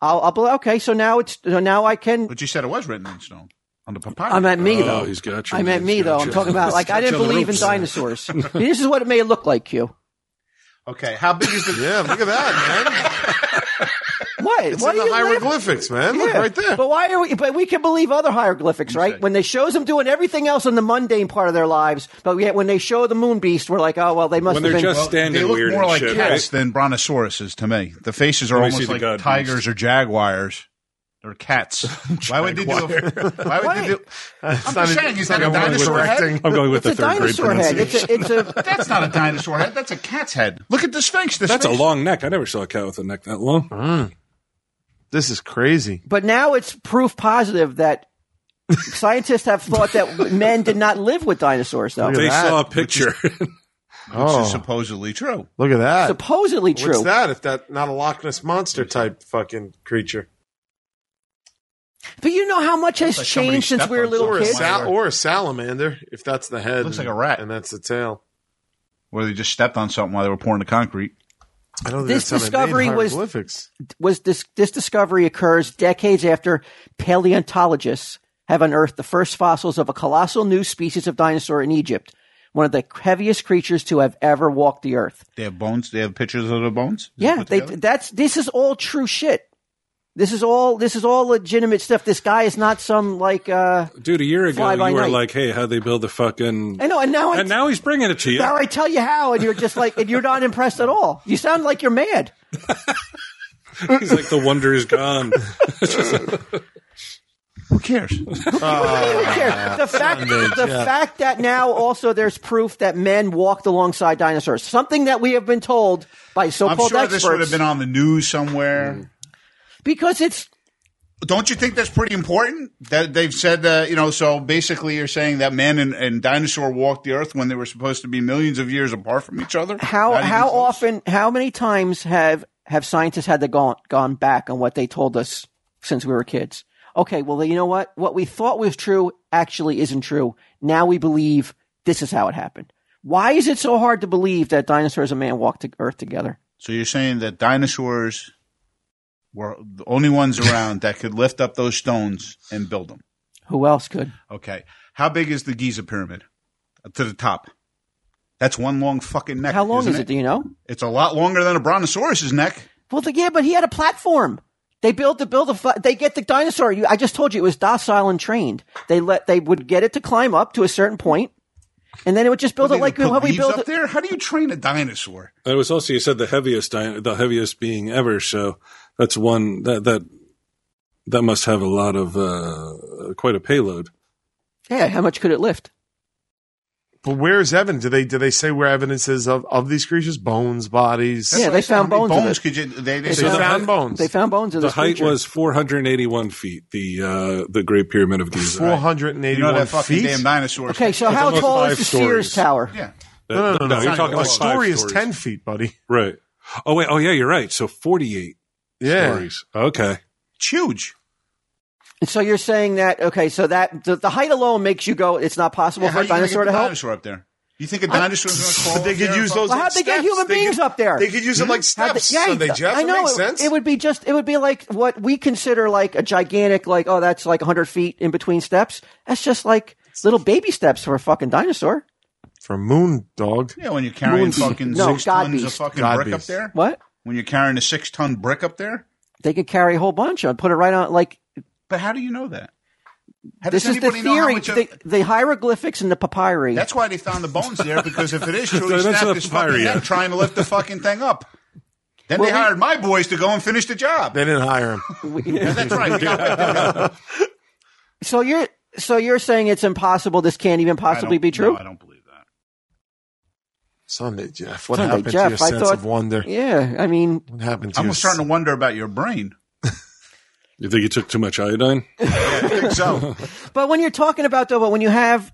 F: I'll, I'll be like, okay, so now it's now I can.
D: But you said it was written in stone on the papyrus.
F: I'm at me though.
I: Oh, he's got you.
F: I'm at me
I: He's
F: though.
I: got
F: I'm
I: you.
F: talking about like I
I: He's got
F: didn't
I: you on the
F: believe in
I: ropes.
F: dinosaurs. this is what it may look like, Q.
D: Okay, how big is the?
E: Yeah, look at that, man.
F: What?
E: It's
F: what
E: in
F: do
E: the
F: you laugh-
E: hieroglyphics, man. Look
F: Yeah.
E: right there.
F: But why are we? But we can believe other hieroglyphics, right?
D: Okay.
F: When they shows them doing everything else in the mundane part of their lives, but yet when they show the moon beast, we're like, oh well, they must
I: When
F: have
I: they're
F: been.
I: just standing
D: They look
I: weird
D: more
I: and
D: like
I: shit.
D: cats
I: right?
D: than brontosauruses to me. The faces are
I: Let me see
D: almost
I: the
D: like
I: god
D: tigers or jaguars. They're cats. why would they do? A, why would they do? I'm just saying, is that a
E: I'm only
D: dinosaur head?
E: correcting.
I: I'm going with
F: it's a
I: the third grade
F: dinosaur head.
I: pronunciation.
F: It's a, it's a
D: That's not a dinosaur head. That's a cat's head. Look at the sphinx. The
I: That's a
D: sphinx-
I: long neck. I never saw a cat with a neck that long.
E: This is crazy.
F: But now it's proof positive that scientists have thought that men did not live with dinosaurs, though.
E: Really?
I: They
E: that,
I: saw a picture.
D: Which is
E: Oh,
D: supposedly true.
E: look at that.
F: Supposedly true.
E: What's that? If that not a Loch Ness monster type fucking creature,
F: But you know how much has
D: like somebody
F: changed since
D: stepped
F: we were
D: on
F: little
E: or a,
D: something.
F: kids?
D: Wow.
E: sal- or a salamander, if that's the head,
D: Looks
E: and-
D: like a rat.
E: and that's the tail.
D: Where they just stepped on something while they were pouring the concrete.
E: I don't think
F: This
E: that's how they made
F: discovery was-
E: hieroglyphics.
F: Was this this discovery occurs decades after paleontologists have unearthed the first fossils of a colossal new species of dinosaur in Egypt, one of the heaviest creatures to have ever walked the earth.
D: They have bones. They have pictures of the bones.
F: Yeah, they, that's this is all true shit. This is all this is all legitimate stuff. This guy is not some like uh
I: Dude, a year ago,
F: Fly
I: you
F: by
I: were
F: night.
I: like, hey, how'd they build the fucking.
F: I know and now I
I: And now he's bringing it to you.
F: Now I tell you how, and you're just like, and you're not impressed at all. You sound like you're mad.
I: He's like, the wonder is gone.
D: Who cares?
F: Who cares? The fact, the fact that now also there's proof that men walked alongside dinosaurs, something that we have been told by
D: I'm
F: so-called
D: sure
F: experts, Mm.
D: this would have been on the news somewhere.
F: because it's
D: Don't you think that's pretty important? That they've said that you know. So basically, you're saying that man and, and dinosaur walked the earth when they were supposed to be millions of years apart from each other.
F: how
D: Not even
F: how
D: close?
F: often, how many times have have scientists had to gone gone back on what they told us since we were kids? Okay, well, you know what? What we thought was true actually isn't true. Now we believe this is how it happened. Why is it so hard to believe that dinosaurs and man walked the Earth together?
D: So you're saying that dinosaurs were the only ones around that could lift up those stones and build them.
F: Who else could?
D: Okay. How big is the Giza pyramid? Up to the top. That's one long fucking neck.
F: How long
D: isn't
F: is it? Do you know?
D: It's a lot longer than a brontosaurus's neck.
F: Well, the, yeah, but he had a platform. They built the build a. fu- They get the dinosaur. You, I just told you it was docile and trained. They let they would get it to climb up to a certain point, and then it would just build it
D: They
F: like
D: put
F: how we
D: leaves
F: build
D: up
F: it.
D: there. How do you train a dinosaur?
I: It was also you said the heaviest, di- the heaviest being ever. So that's one that that that must have a lot of uh, quite a payload.
F: Yeah, how much could it lift?
E: But where is evidence? Do they do they say where evidence is of, of these creatures? Bones, bodies.
F: Yeah, they found
D: How many
F: bones. of
D: bones
F: it.
D: could you? They, they
E: they
D: said-
I: the
E: found
I: height-
E: bones.
F: They found bones of
I: The
F: this
I: height
F: creature.
I: was 481 feet. The uh, the Great Pyramid of Giza.
E: four hundred and
D: you
E: eighty-one
D: know that fucking
E: feet.
D: damn dinosaur.
F: okay. So how
I: almost
F: tall
I: five
F: is the
I: stories.
F: Sears Tower?
D: Yeah.
E: no, no, no, no.
I: You're talking
E: a
I: like five
E: story is
I: stories.
E: ten feet, buddy.
I: Right. Oh wait. Oh yeah. You're right. So 48
E: Yeah.
I: stories. Okay.
D: It's huge.
F: And so you're saying that okay? So that the, the height alone makes you go. It's not possible
D: Yeah,
F: for
D: how
F: a
D: you gonna
F: dinosaur
D: get
F: to
D: the
F: help.
D: dinosaur up there? You think a dinosaur's going to crawl?
E: But they
D: up
E: could
D: there
E: use
D: above-
E: those.
F: Well,
E: like
F: how'd they get
E: steps?
F: human
E: They could-
F: beings up there?
E: They could use them like
F: How'd they-
E: steps.
F: yeah,
E: Sunday, Jeff.
F: I
E: That
F: know
E: makes
F: it,
E: sense.
F: it would be just it would be like what we consider like a gigantic like oh that's like 100 feet in between steps. That's just like little baby steps for a fucking dinosaur.
E: for moon dog.
D: Yeah, when you're carrying
F: Moonbeam.
D: fucking
F: No,
D: six
F: God
D: tons of
F: beast.
D: fucking
E: God
D: brick up
E: beast.
D: there.
F: What
D: When you're carrying a six ton brick up there.
F: they could carry a whole bunch and put it right on like
D: But how do you know that? How
F: this
D: does
F: is the
D: anybody know how
F: theory.
D: much of-
F: the, the hieroglyphics and the papyri.
D: That's why they found the bones there because if it is true,
I: No,
D: he
I: that's
D: snapped
I: not
D: his
I: papyri
D: fucking
I: yet.
D: neck trying to lift the fucking thing up. Then they hired my boys to go and finish the job.
E: They didn't hire him.
D: That's right. We got wiped out.
F: So you're so you're saying it's impossible. This can't even
D: I
F: possibly
D: don't-
F: be true.
D: No, I don't believe that.
E: Sunday, Jeff. What
F: Sunday,
E: happened
F: Jeff,
E: to your
F: I
E: sense
F: thought-
E: of wonder?
F: yeah, I mean,
E: What happened to
D: I'm
E: your
D: starting to wonder about your brain.
I: You think you took too much iodine?
D: I think so.
F: but when you're talking about though, but when you have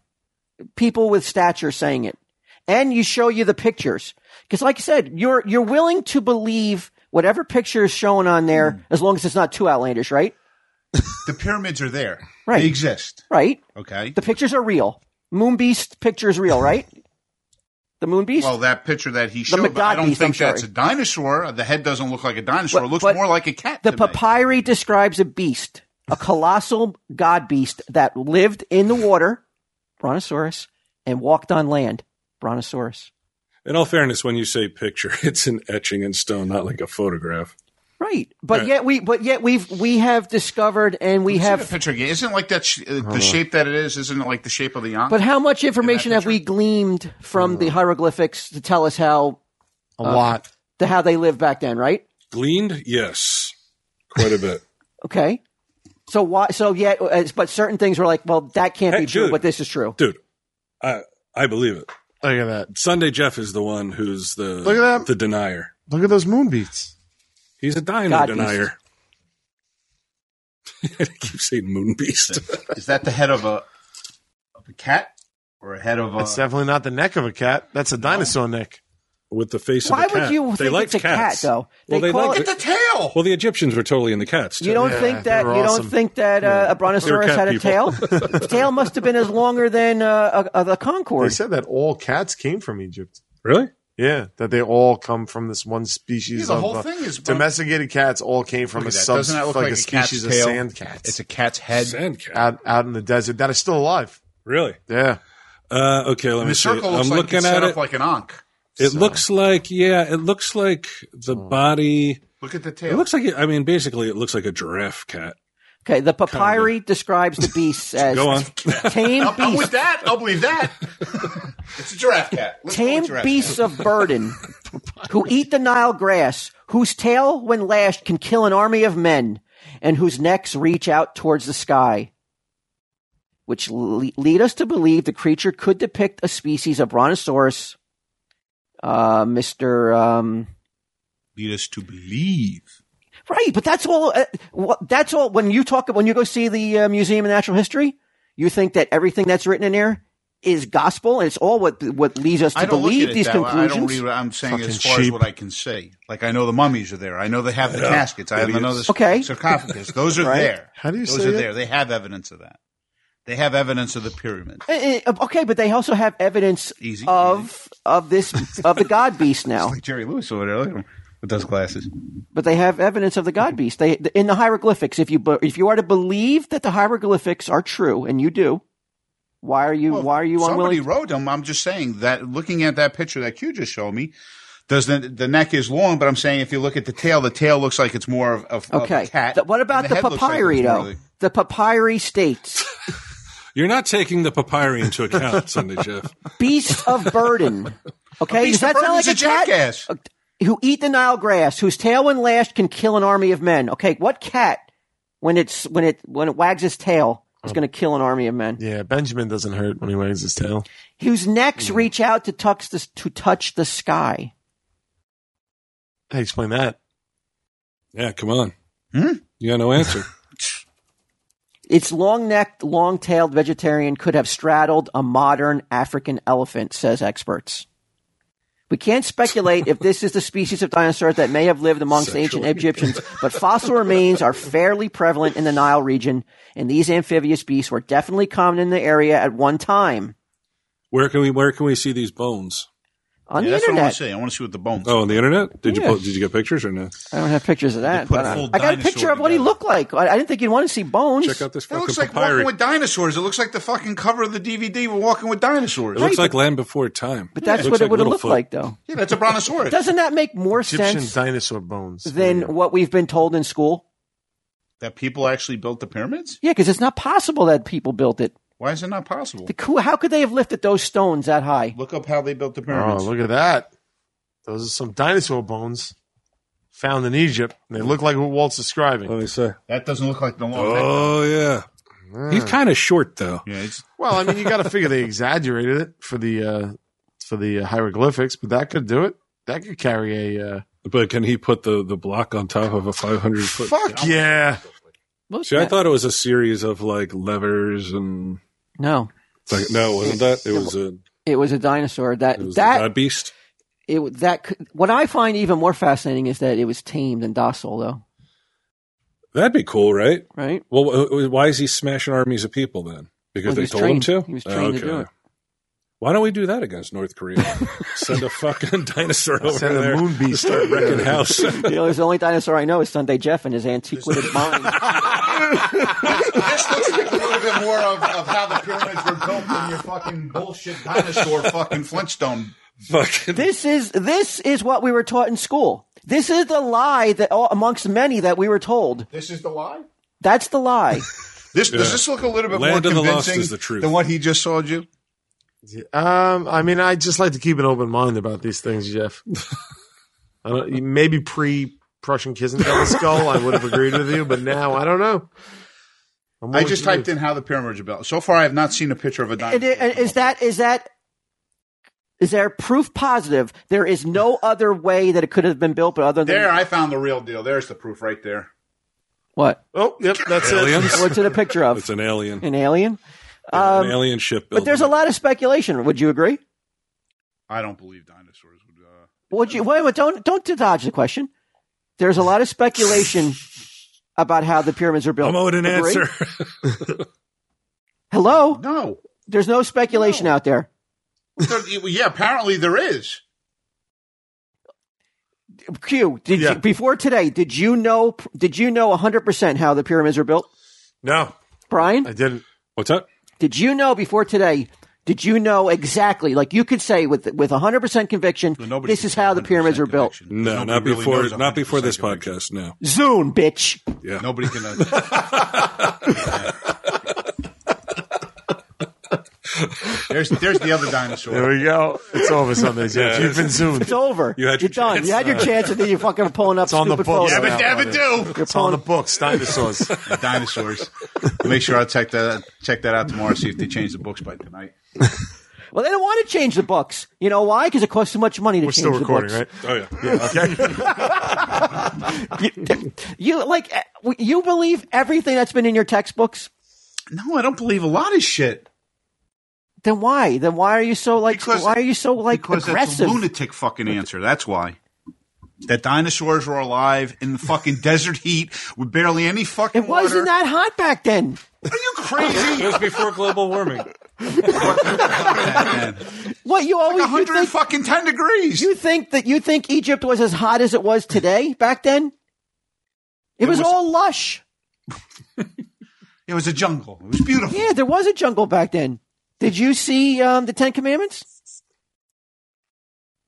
F: people with stature saying it, and you show you the pictures, because like I said, you're you're willing to believe whatever picture is shown on
D: Hmm.
F: there, as long as it's not too outlandish, right?
D: The pyramids are there.
F: Right.
D: They exist.
F: Right.
D: Okay.
F: The pictures are real. Moon Beast picture is real, right? The Moon Beast.
D: well, that picture that he showed, but
F: McDodd
D: I don't
F: beast, I'm
D: think that's
F: sorry.
D: a dinosaur. The head doesn't look like a dinosaur.
F: But-
D: it looks
F: but
D: more like a cat.
F: The
D: to me.
F: papyri describes a beast, a colossal god beast that lived in the water, Brontosaurus, and walked on land, Brontosaurus.
I: In all fairness, when you say picture, it's an etching in stone, not like a photograph.
F: Right, but
I: Right.
F: yet we, but yet we've we have discovered and we
D: Let's see
F: have.
D: the picture again. Isn't it like that? Sh- uh, the shape that it is isn't it like the shape of the yonk?
F: But how much information have we gleamed from the hieroglyphics to tell us how
E: a lot.
F: the how they lived back then? Right.
I: Gleaned? Yes. Quite a bit.
F: Okay. So why? So yet, uh, but certain things were like, well, that can't
I: Hey,
F: be true,
I: dude.
F: but this is true.
I: Dude, I, I believe it.
E: Look at that.
I: Sunday Jeff is the one who's the
E: Look at that.
I: the denier.
E: Look at those moon beats.
I: He's a diner
F: God beast.
I: denier. I keep saying moon beast.
D: is that the head of a of a cat or a head of a?
E: That's definitely not the neck of a cat. That's a dinosaur neck.
I: With the face of
F: Why
I: a cat.
F: would you
I: they
F: think
I: liked
F: it's a
I: cats.
F: cat though?
I: Well, they
F: call
I: liked
F: it-
D: the tail.
I: Well, the Egyptians were totally in the cats. Too.
F: You don't
E: Yeah,
F: think
E: they
F: that you
E: were
F: don't
E: awesome.
F: think that uh, a brontosaurus
I: cat
F: had a
I: people.
F: tail? Its tail must have been as longer than uh, a, a, the
E: They
F: Concorde.
E: said that all cats came from Egypt.
I: really?
E: Yeah, that they all come from this one species.
D: Yeah, the
E: of,
D: whole
E: uh,
D: thing is-
E: domesticated cats. All came from
D: Look at
E: a
D: that.
E: sub,
D: Doesn't that
E: like,
D: look like,
E: a
D: a cat's
E: species of
D: tail?
E: sand cats.
D: It's a cat's head.
I: Sand cat.
E: out out in the desert that is still alive.
I: really?
E: Yeah,
I: Uh, okay, let
D: And
I: me
D: the
I: see.
D: circle looks
I: I'm
D: like
I: looking
D: it's
I: at
D: set
I: it.
D: up like an ankh.
I: it looks like yeah. It looks like the
F: Hmm.
I: body.
D: Look at the tail.
I: It looks like it, I mean, basically, it looks like a giraffe cat.
F: Okay, the papyri describes the beasts as
I: Go on.
F: tame
D: I'm with
F: beasts,
D: that. I'll believe that. it's a giraffe cat. Let's go with
F: tame
D: giraffe
F: beasts of burden who eat the Nile grass, whose tail, when lashed, can kill an army of men, and whose necks reach out towards the sky. Which le- lead us to believe the creature could depict a species of brontosaurus. Uh, Mister. Um,
D: cat. Lead us to believe.
F: Right, but that's all. Uh, wha- that's all. When you talk, when you go see the uh, Museum of Natural History, you think that everything that's written in there is gospel, and it's all what what leads us to
D: I don't look
F: believe
D: at it
F: these
D: that way. I
F: conclusions.
D: don't read what I'm saying as
E: Fucking
D: far as
E: sheep.
D: what I can see. Like I know the mummies are there. I know they have the caskets. I have another s-
F: Okay.
D: sarcophagus. Those are
F: Right.
D: there.
E: How do you
D: Those
E: say
D: are
E: it?
D: there. They have evidence of that. They have evidence of the pyramid.
F: Eh, eh, okay, but they also have evidence
D: Easy,
F: of of this of the God Beast now.
D: Like Jerry Lewis over there. Look at him with those glasses.
F: But they have evidence of the God Beast. They in the hieroglyphics. If you be- if you are to believe that the hieroglyphics are true, and you do, why are you why are you
D: Somebody
F: unwilling?
D: wrote them. I'm just saying that looking at that picture that you just showed me, does the the neck is long, but I'm saying if you look at the tail, the tail looks like it's more of, of, of
F: okay,
D: a cat.
F: Th- what about
D: and
F: the,
D: head looks like
F: papyri
D: it's more
F: though?
D: of
F: the papyri states.
I: You're not taking the papyri into account, Sunday Jeff.
F: beast of burden. Okay,
D: Beast
F: does that
D: of
F: sound like
D: Burden's
F: a,
D: a
F: cat?
D: jackass.
F: Who eat the Nile grass, whose tail when lashed can kill an army of men. Okay, what cat when it's when it when it wags its tail
D: Oh.
F: is going to kill an army of men?
E: yeah. Benjamin doesn't hurt when he wags his tail.
F: Whose necks
D: Mm-hmm.
F: reach out to touch the to touch the sky.
E: Hey, explain that.
I: Yeah, come on.
F: Hmm?
I: You got no answer.
F: Its long-necked, long-tailed vegetarian could have straddled a modern African elephant, says experts. We can't speculate if this is the species of dinosaur that may have lived amongst ancient Egyptians, but fossil remains are fairly prevalent in the Nile region, and these amphibious beasts were definitely common in the area at one time.
I: Where can we Where can we see these bones?
F: On
D: Yeah,
F: the
D: that's what I want
F: internet,
D: to see. I want to see what the bones.
I: Oh, on the internet? Did
F: Yeah.
I: you pull, Did you get pictures or no?
F: I don't have pictures of that.
D: put a
F: But uh,
D: full
F: I got a
D: dinosaur
F: picture of what he
D: together.
F: looked like. I I didn't think you'd want to see bones.
I: Check out this
D: That
I: fucking
D: looks like
I: papyri.
D: Walking with Dinosaurs. It looks like the fucking cover of the DVD. We're Walking with Dinosaurs.
I: it looks like Land Before Time.
F: but that's
I: Looks
F: what it
I: like
F: would have looked
I: Littlefoot.
F: like, though.
D: yeah, that's a brontosaurus.
F: Doesn't that make more
E: Egyptian
F: sense
E: dinosaur bones.
F: than what we've been told in school?
D: that people actually built the pyramids?
F: Yeah, because it's not possible that people built it.
D: Why is it not possible?
F: The cou- How could they have lifted those stones that high?
D: Look up how they built the
E: oh,
D: pyramids.
E: look at that. Those are some dinosaur bones. found in Egypt. And they look like what Walt's
I: Let
E: describing.
I: me say.
D: That doesn't look like the long neck.
I: Oh yeah.
F: Hmm.
I: He's kind of short though.
D: Yeah, it's,
E: Well, I mean, you got to figure they exaggerated it for the uh, for the uh, hieroglyphics, but that could do it. That could carry a uh,
I: But can he put the, the block on top of a 500 foot?
E: fuck yeah.
F: Most
I: See, I
F: men-
I: thought it was a series of like levers and
F: no,
I: it's like no, it wasn't that? It was a
F: it was a dinosaur. That
I: it was that,
F: that
I: the god beast.
F: it that could, what I find even more fascinating is that it was tamed and docile, though.
I: That'd be cool, right?
F: Right?
I: Well, wh- wh- why is he smashing armies of people then? Because
F: Well, he
I: they
F: was
I: told
F: trained.
I: him to.
F: He was trained to do it.
I: Why don't we do that against North Korea? Send a fucking dinosaur over
E: Send
I: there.
E: a moon beast. over
I: Wrecking
E: there.
I: house.
F: You know, there's the only dinosaur I know is Sunday Jeff and his antiquated mind.
D: this looks like a little bit more of, of how the pyramids were built than your fucking bullshit dinosaur fucking Flintstone.
I: fucking.
F: This is this is what we were taught in school. This is the lie that all, amongst many that we were told.
D: This is the lie.
F: That's the lie.
D: This
I: Yeah.
D: does this look a little bit
I: Land
D: more
I: of the Lost
D: convincing
I: is the truth.
D: than what he just sold you?
E: Um, I mean, I just like to keep an open mind about these things, Jeff. I don't, maybe pre Prussian Kissenfeld skull, I would have agreed with you, but now I don't know. I'm
D: I
E: always
D: just typed
E: new.
D: in how the pyramids are built. So far, I have not seen a picture of a
F: and,
D: dinosaur.
F: it- and is that is that is there proof positive? There is no other way that it could have been built, but other than
D: There, I found the real deal. There's the proof right there.
F: what?
E: Oh, yep, that's
I: Aliens?
F: What's it a picture of?
I: It's an alien.
F: An alien. Um,
I: an alien ship.
F: But there's a lot of speculation. Would you agree?
D: I don't believe dinosaurs would. Uh,
F: Would you? Wait, wait, don't don't dodge the question. There's a lot of speculation about how the pyramids are built.
I: I'm owed an
F: Agree?
I: answer.
F: Hello.
D: no.
F: There's no speculation out there.
D: There- yeah, apparently there is.
F: Q. Did
E: Yeah.
F: you, before today? Did you know? Did you know 100 percent how the pyramids are built,
E: No,
F: Brian?
E: I didn't.
I: What's that?
F: Did you know before today? Did you know exactly? Like you could say with with 100 percent conviction,
D: Nobody
F: this
D: can
F: is
D: say
F: how the pyramids are
D: 100%
F: built.
D: conviction.
I: No,
D: Nobody
I: not
D: really
I: before.
D: knows
I: not before
D: 100%
I: this
D: conviction.
I: podcast. No.
F: Zoom, bitch.
D: Nobody can. Uh, there's there's the other
E: There
D: dinosaur.
E: we go. It's over Sunday, Jeff.
I: Yeah.
E: You've been zoomed.
F: It's over.
I: You had
F: are
I: your
F: done. You had your chance, and then you're fucking pulling up
E: It's on the
F: stupid
E: books.
F: photos.
E: Yeah, but-
D: Dabba do.
E: It's on the books, dinosaurs.
D: dinosaurs. Make sure I check that check that out tomorrow. See if they change the books by tonight.
F: Well, they don't want to change the books. You know why? Because it costs too much money to
E: We're
F: change
E: still
F: the
E: recording,
F: books.
E: right?
I: Oh yeah.
F: You like eh, you believe everything that's been in your textbooks.
D: No, I don't believe a lot of shit.
F: Then why? Then why are you so like?
D: Because-
F: why are you so like
D: Because that's
F: aggressive?
D: a lunatic fucking answer. That's why. That dinosaurs were alive in the fucking desert heat with barely any fucking
F: It
D: water.
F: wasn't that hot back then.
D: Are you crazy?
I: It was before global warming.
D: Man,
F: What you always you
D: 100
F: think
D: fucking 10 degrees.
F: you think that you think Egypt was as hot as it was today back then? It, was,
D: was-
F: all lush.
D: It was a jungle. It was beautiful.
F: Yeah, there was a jungle back then. Did you see um, the Ten Commandments?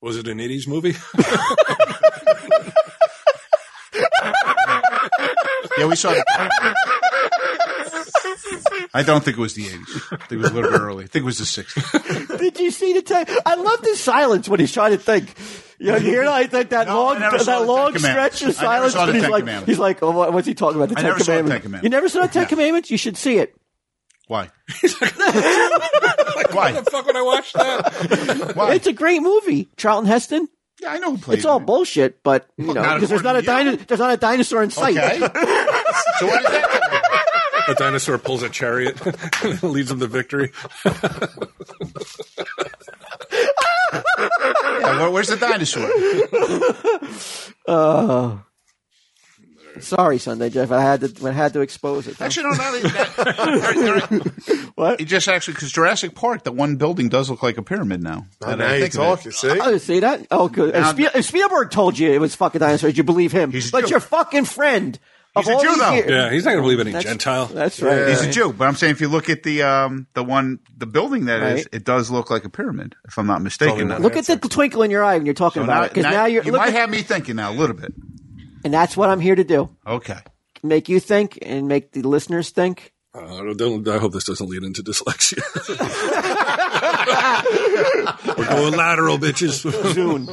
I: Was it an '80s movie?
D: Yeah, we saw it. I don't think it was the 80s. I think it was a little bit early. I think it was the 60s.
F: Did you see the ten? I love the silence when he's trying to think. You, know, you hear like that, that
D: No,
F: long
D: I never saw the Ten
F: that long
D: Commandments.
F: stretch of
D: I never
F: silence,
D: saw the
F: but he's
D: Ten
F: like
D: Commandments.
F: he's like, oh, what- what's he talking about? The
D: I
F: Ten
D: never saw the Ten
F: Commandments.
D: Commandments.
F: You never saw the Ten Commandments? You should see it.
D: Why? Why?
I: Fuck when I watched that.
D: Why?
F: It's a great movie. Charlton Heston.
D: Yeah, I know who played
F: It's all
D: it.
F: bullshit, but you know
D: not
F: because there's not a
D: according to
F: dino- there's not a dinosaur in sight.
D: Okay. so what is that?
I: A dinosaur pulls a chariot, leads them to victory.
D: Yeah, where- where's the dinosaur?
F: Sorry, Sunday Jeff. I had to I had to expose it.
D: Actually, no, no. That, that, there- there-
F: What?
D: It just actually, because Jurassic Park, that one building does look like a pyramid now.
E: Oh, Now
D: that I
E: you
D: think of it.
E: talking, see?
F: Oh, see that? Oh, good. If,
D: Now-
F: Spiel- if Spielberg told you it was fucking dinosaurs, you believe him.
D: He's a
F: But
D: Jew.
F: your fucking friend. of
D: He's a
F: all
D: Jew,
F: these
D: though.
F: years-
I: Yeah, he's not going to believe any
F: That's-
I: Gentile.
F: That's right.
D: He's a Jew, but I'm saying if you look at the um, the one the building that is,
F: Right.
D: it does look like a pyramid, if I'm not mistaken.
E: not.
F: Look at the twinkle in your eye when you're talking
D: So
F: about it, because now you're
D: you
F: look
D: might
F: at-
D: have me thinking now a little bit.
F: and that's what I'm here to do:
D: Okay.
F: make you think and make the listeners think.
I: Uh, don't, I hope this doesn't lead into dyslexia. We're going lateral, bitches.
F: Soon,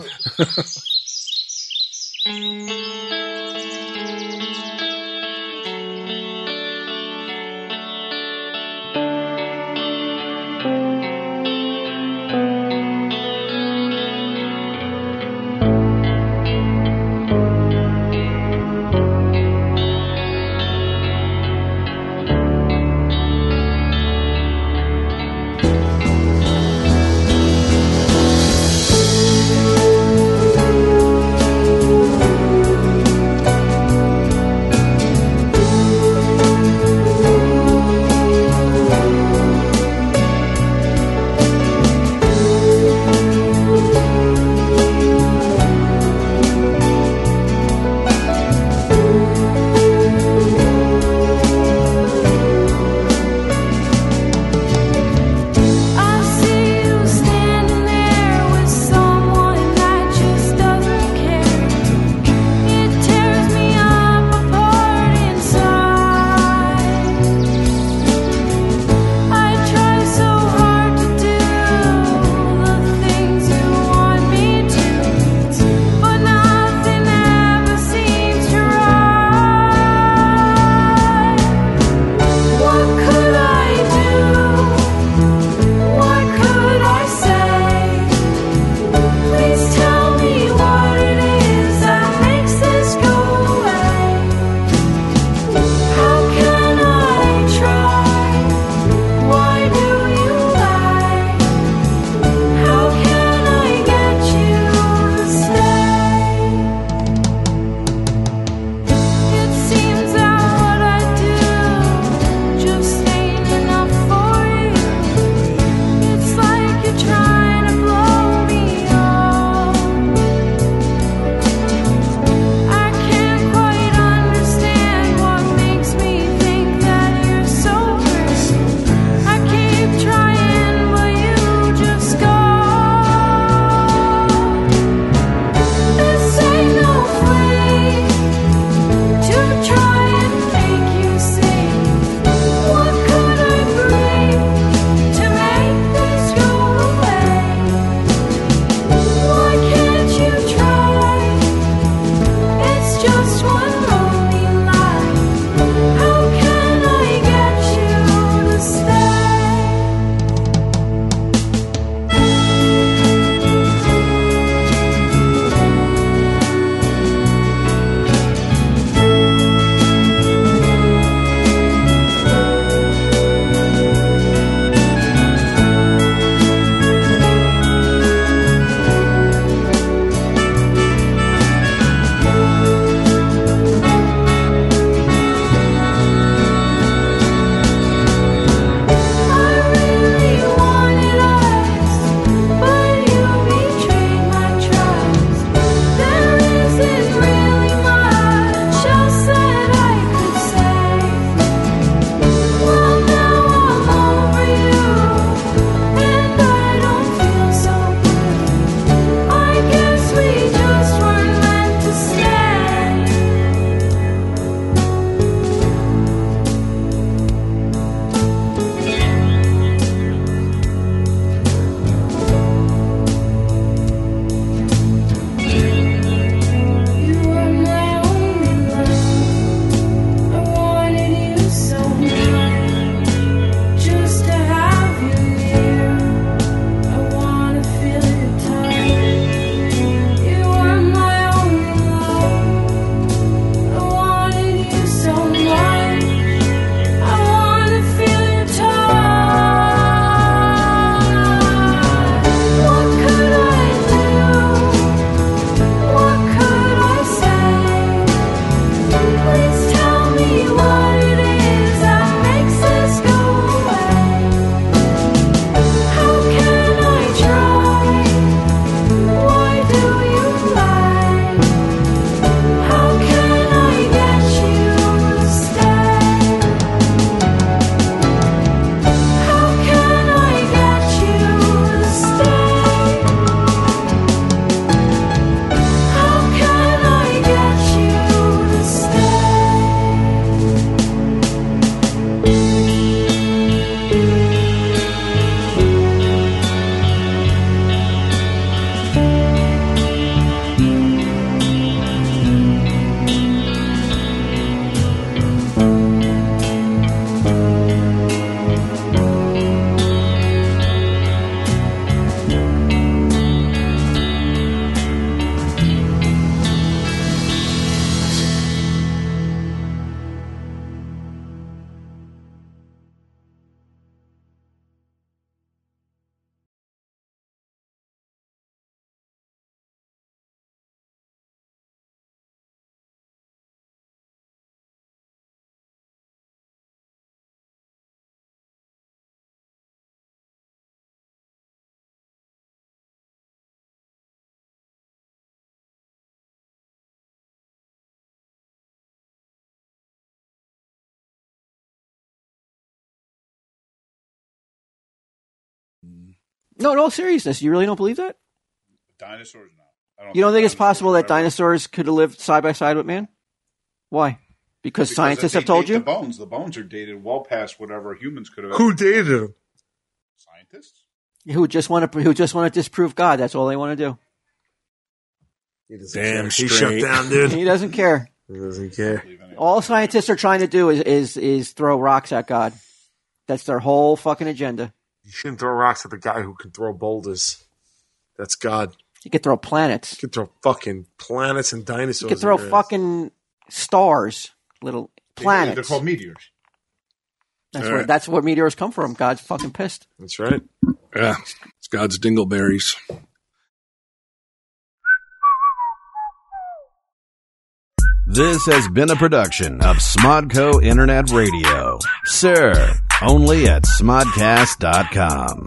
F: No, in all seriousness, you really don't believe that?
D: Dinosaurs, no. I
F: You don't think it's
D: dinosaurs
F: possible that
D: were ever-
F: dinosaurs could have lived side by side with man? Why? Because,
D: Because
F: scientists
D: if they
F: have told
D: date
F: you.
D: the bones. The bones are dated well past whatever humans could have.
E: Who dated him?
D: Scientists.
F: who just want to who just want to disprove God. That's all they want to
I: Damn
E: He
I: straight.
E: shut down,
F: do.
E: dude.
F: He doesn't care.
E: He doesn't care.
F: All scientists are trying to do is is is throw rocks at God. That's their whole fucking agenda.
E: You shouldn't throw rocks at the guy who can throw boulders. That's God.
F: You could throw planets.
E: You can throw fucking planets and dinosaurs.
F: You could throw
E: in your ass.
F: fucking stars, little
D: They're
F: planets.
D: called meteors.
F: That's where that's where meteors come from. God's fucking pissed.
E: That's right.
I: Yeah, it's God's dingleberries.
H: This has been a production of Smodco Internet Radio. Sir, only at smodcast.com.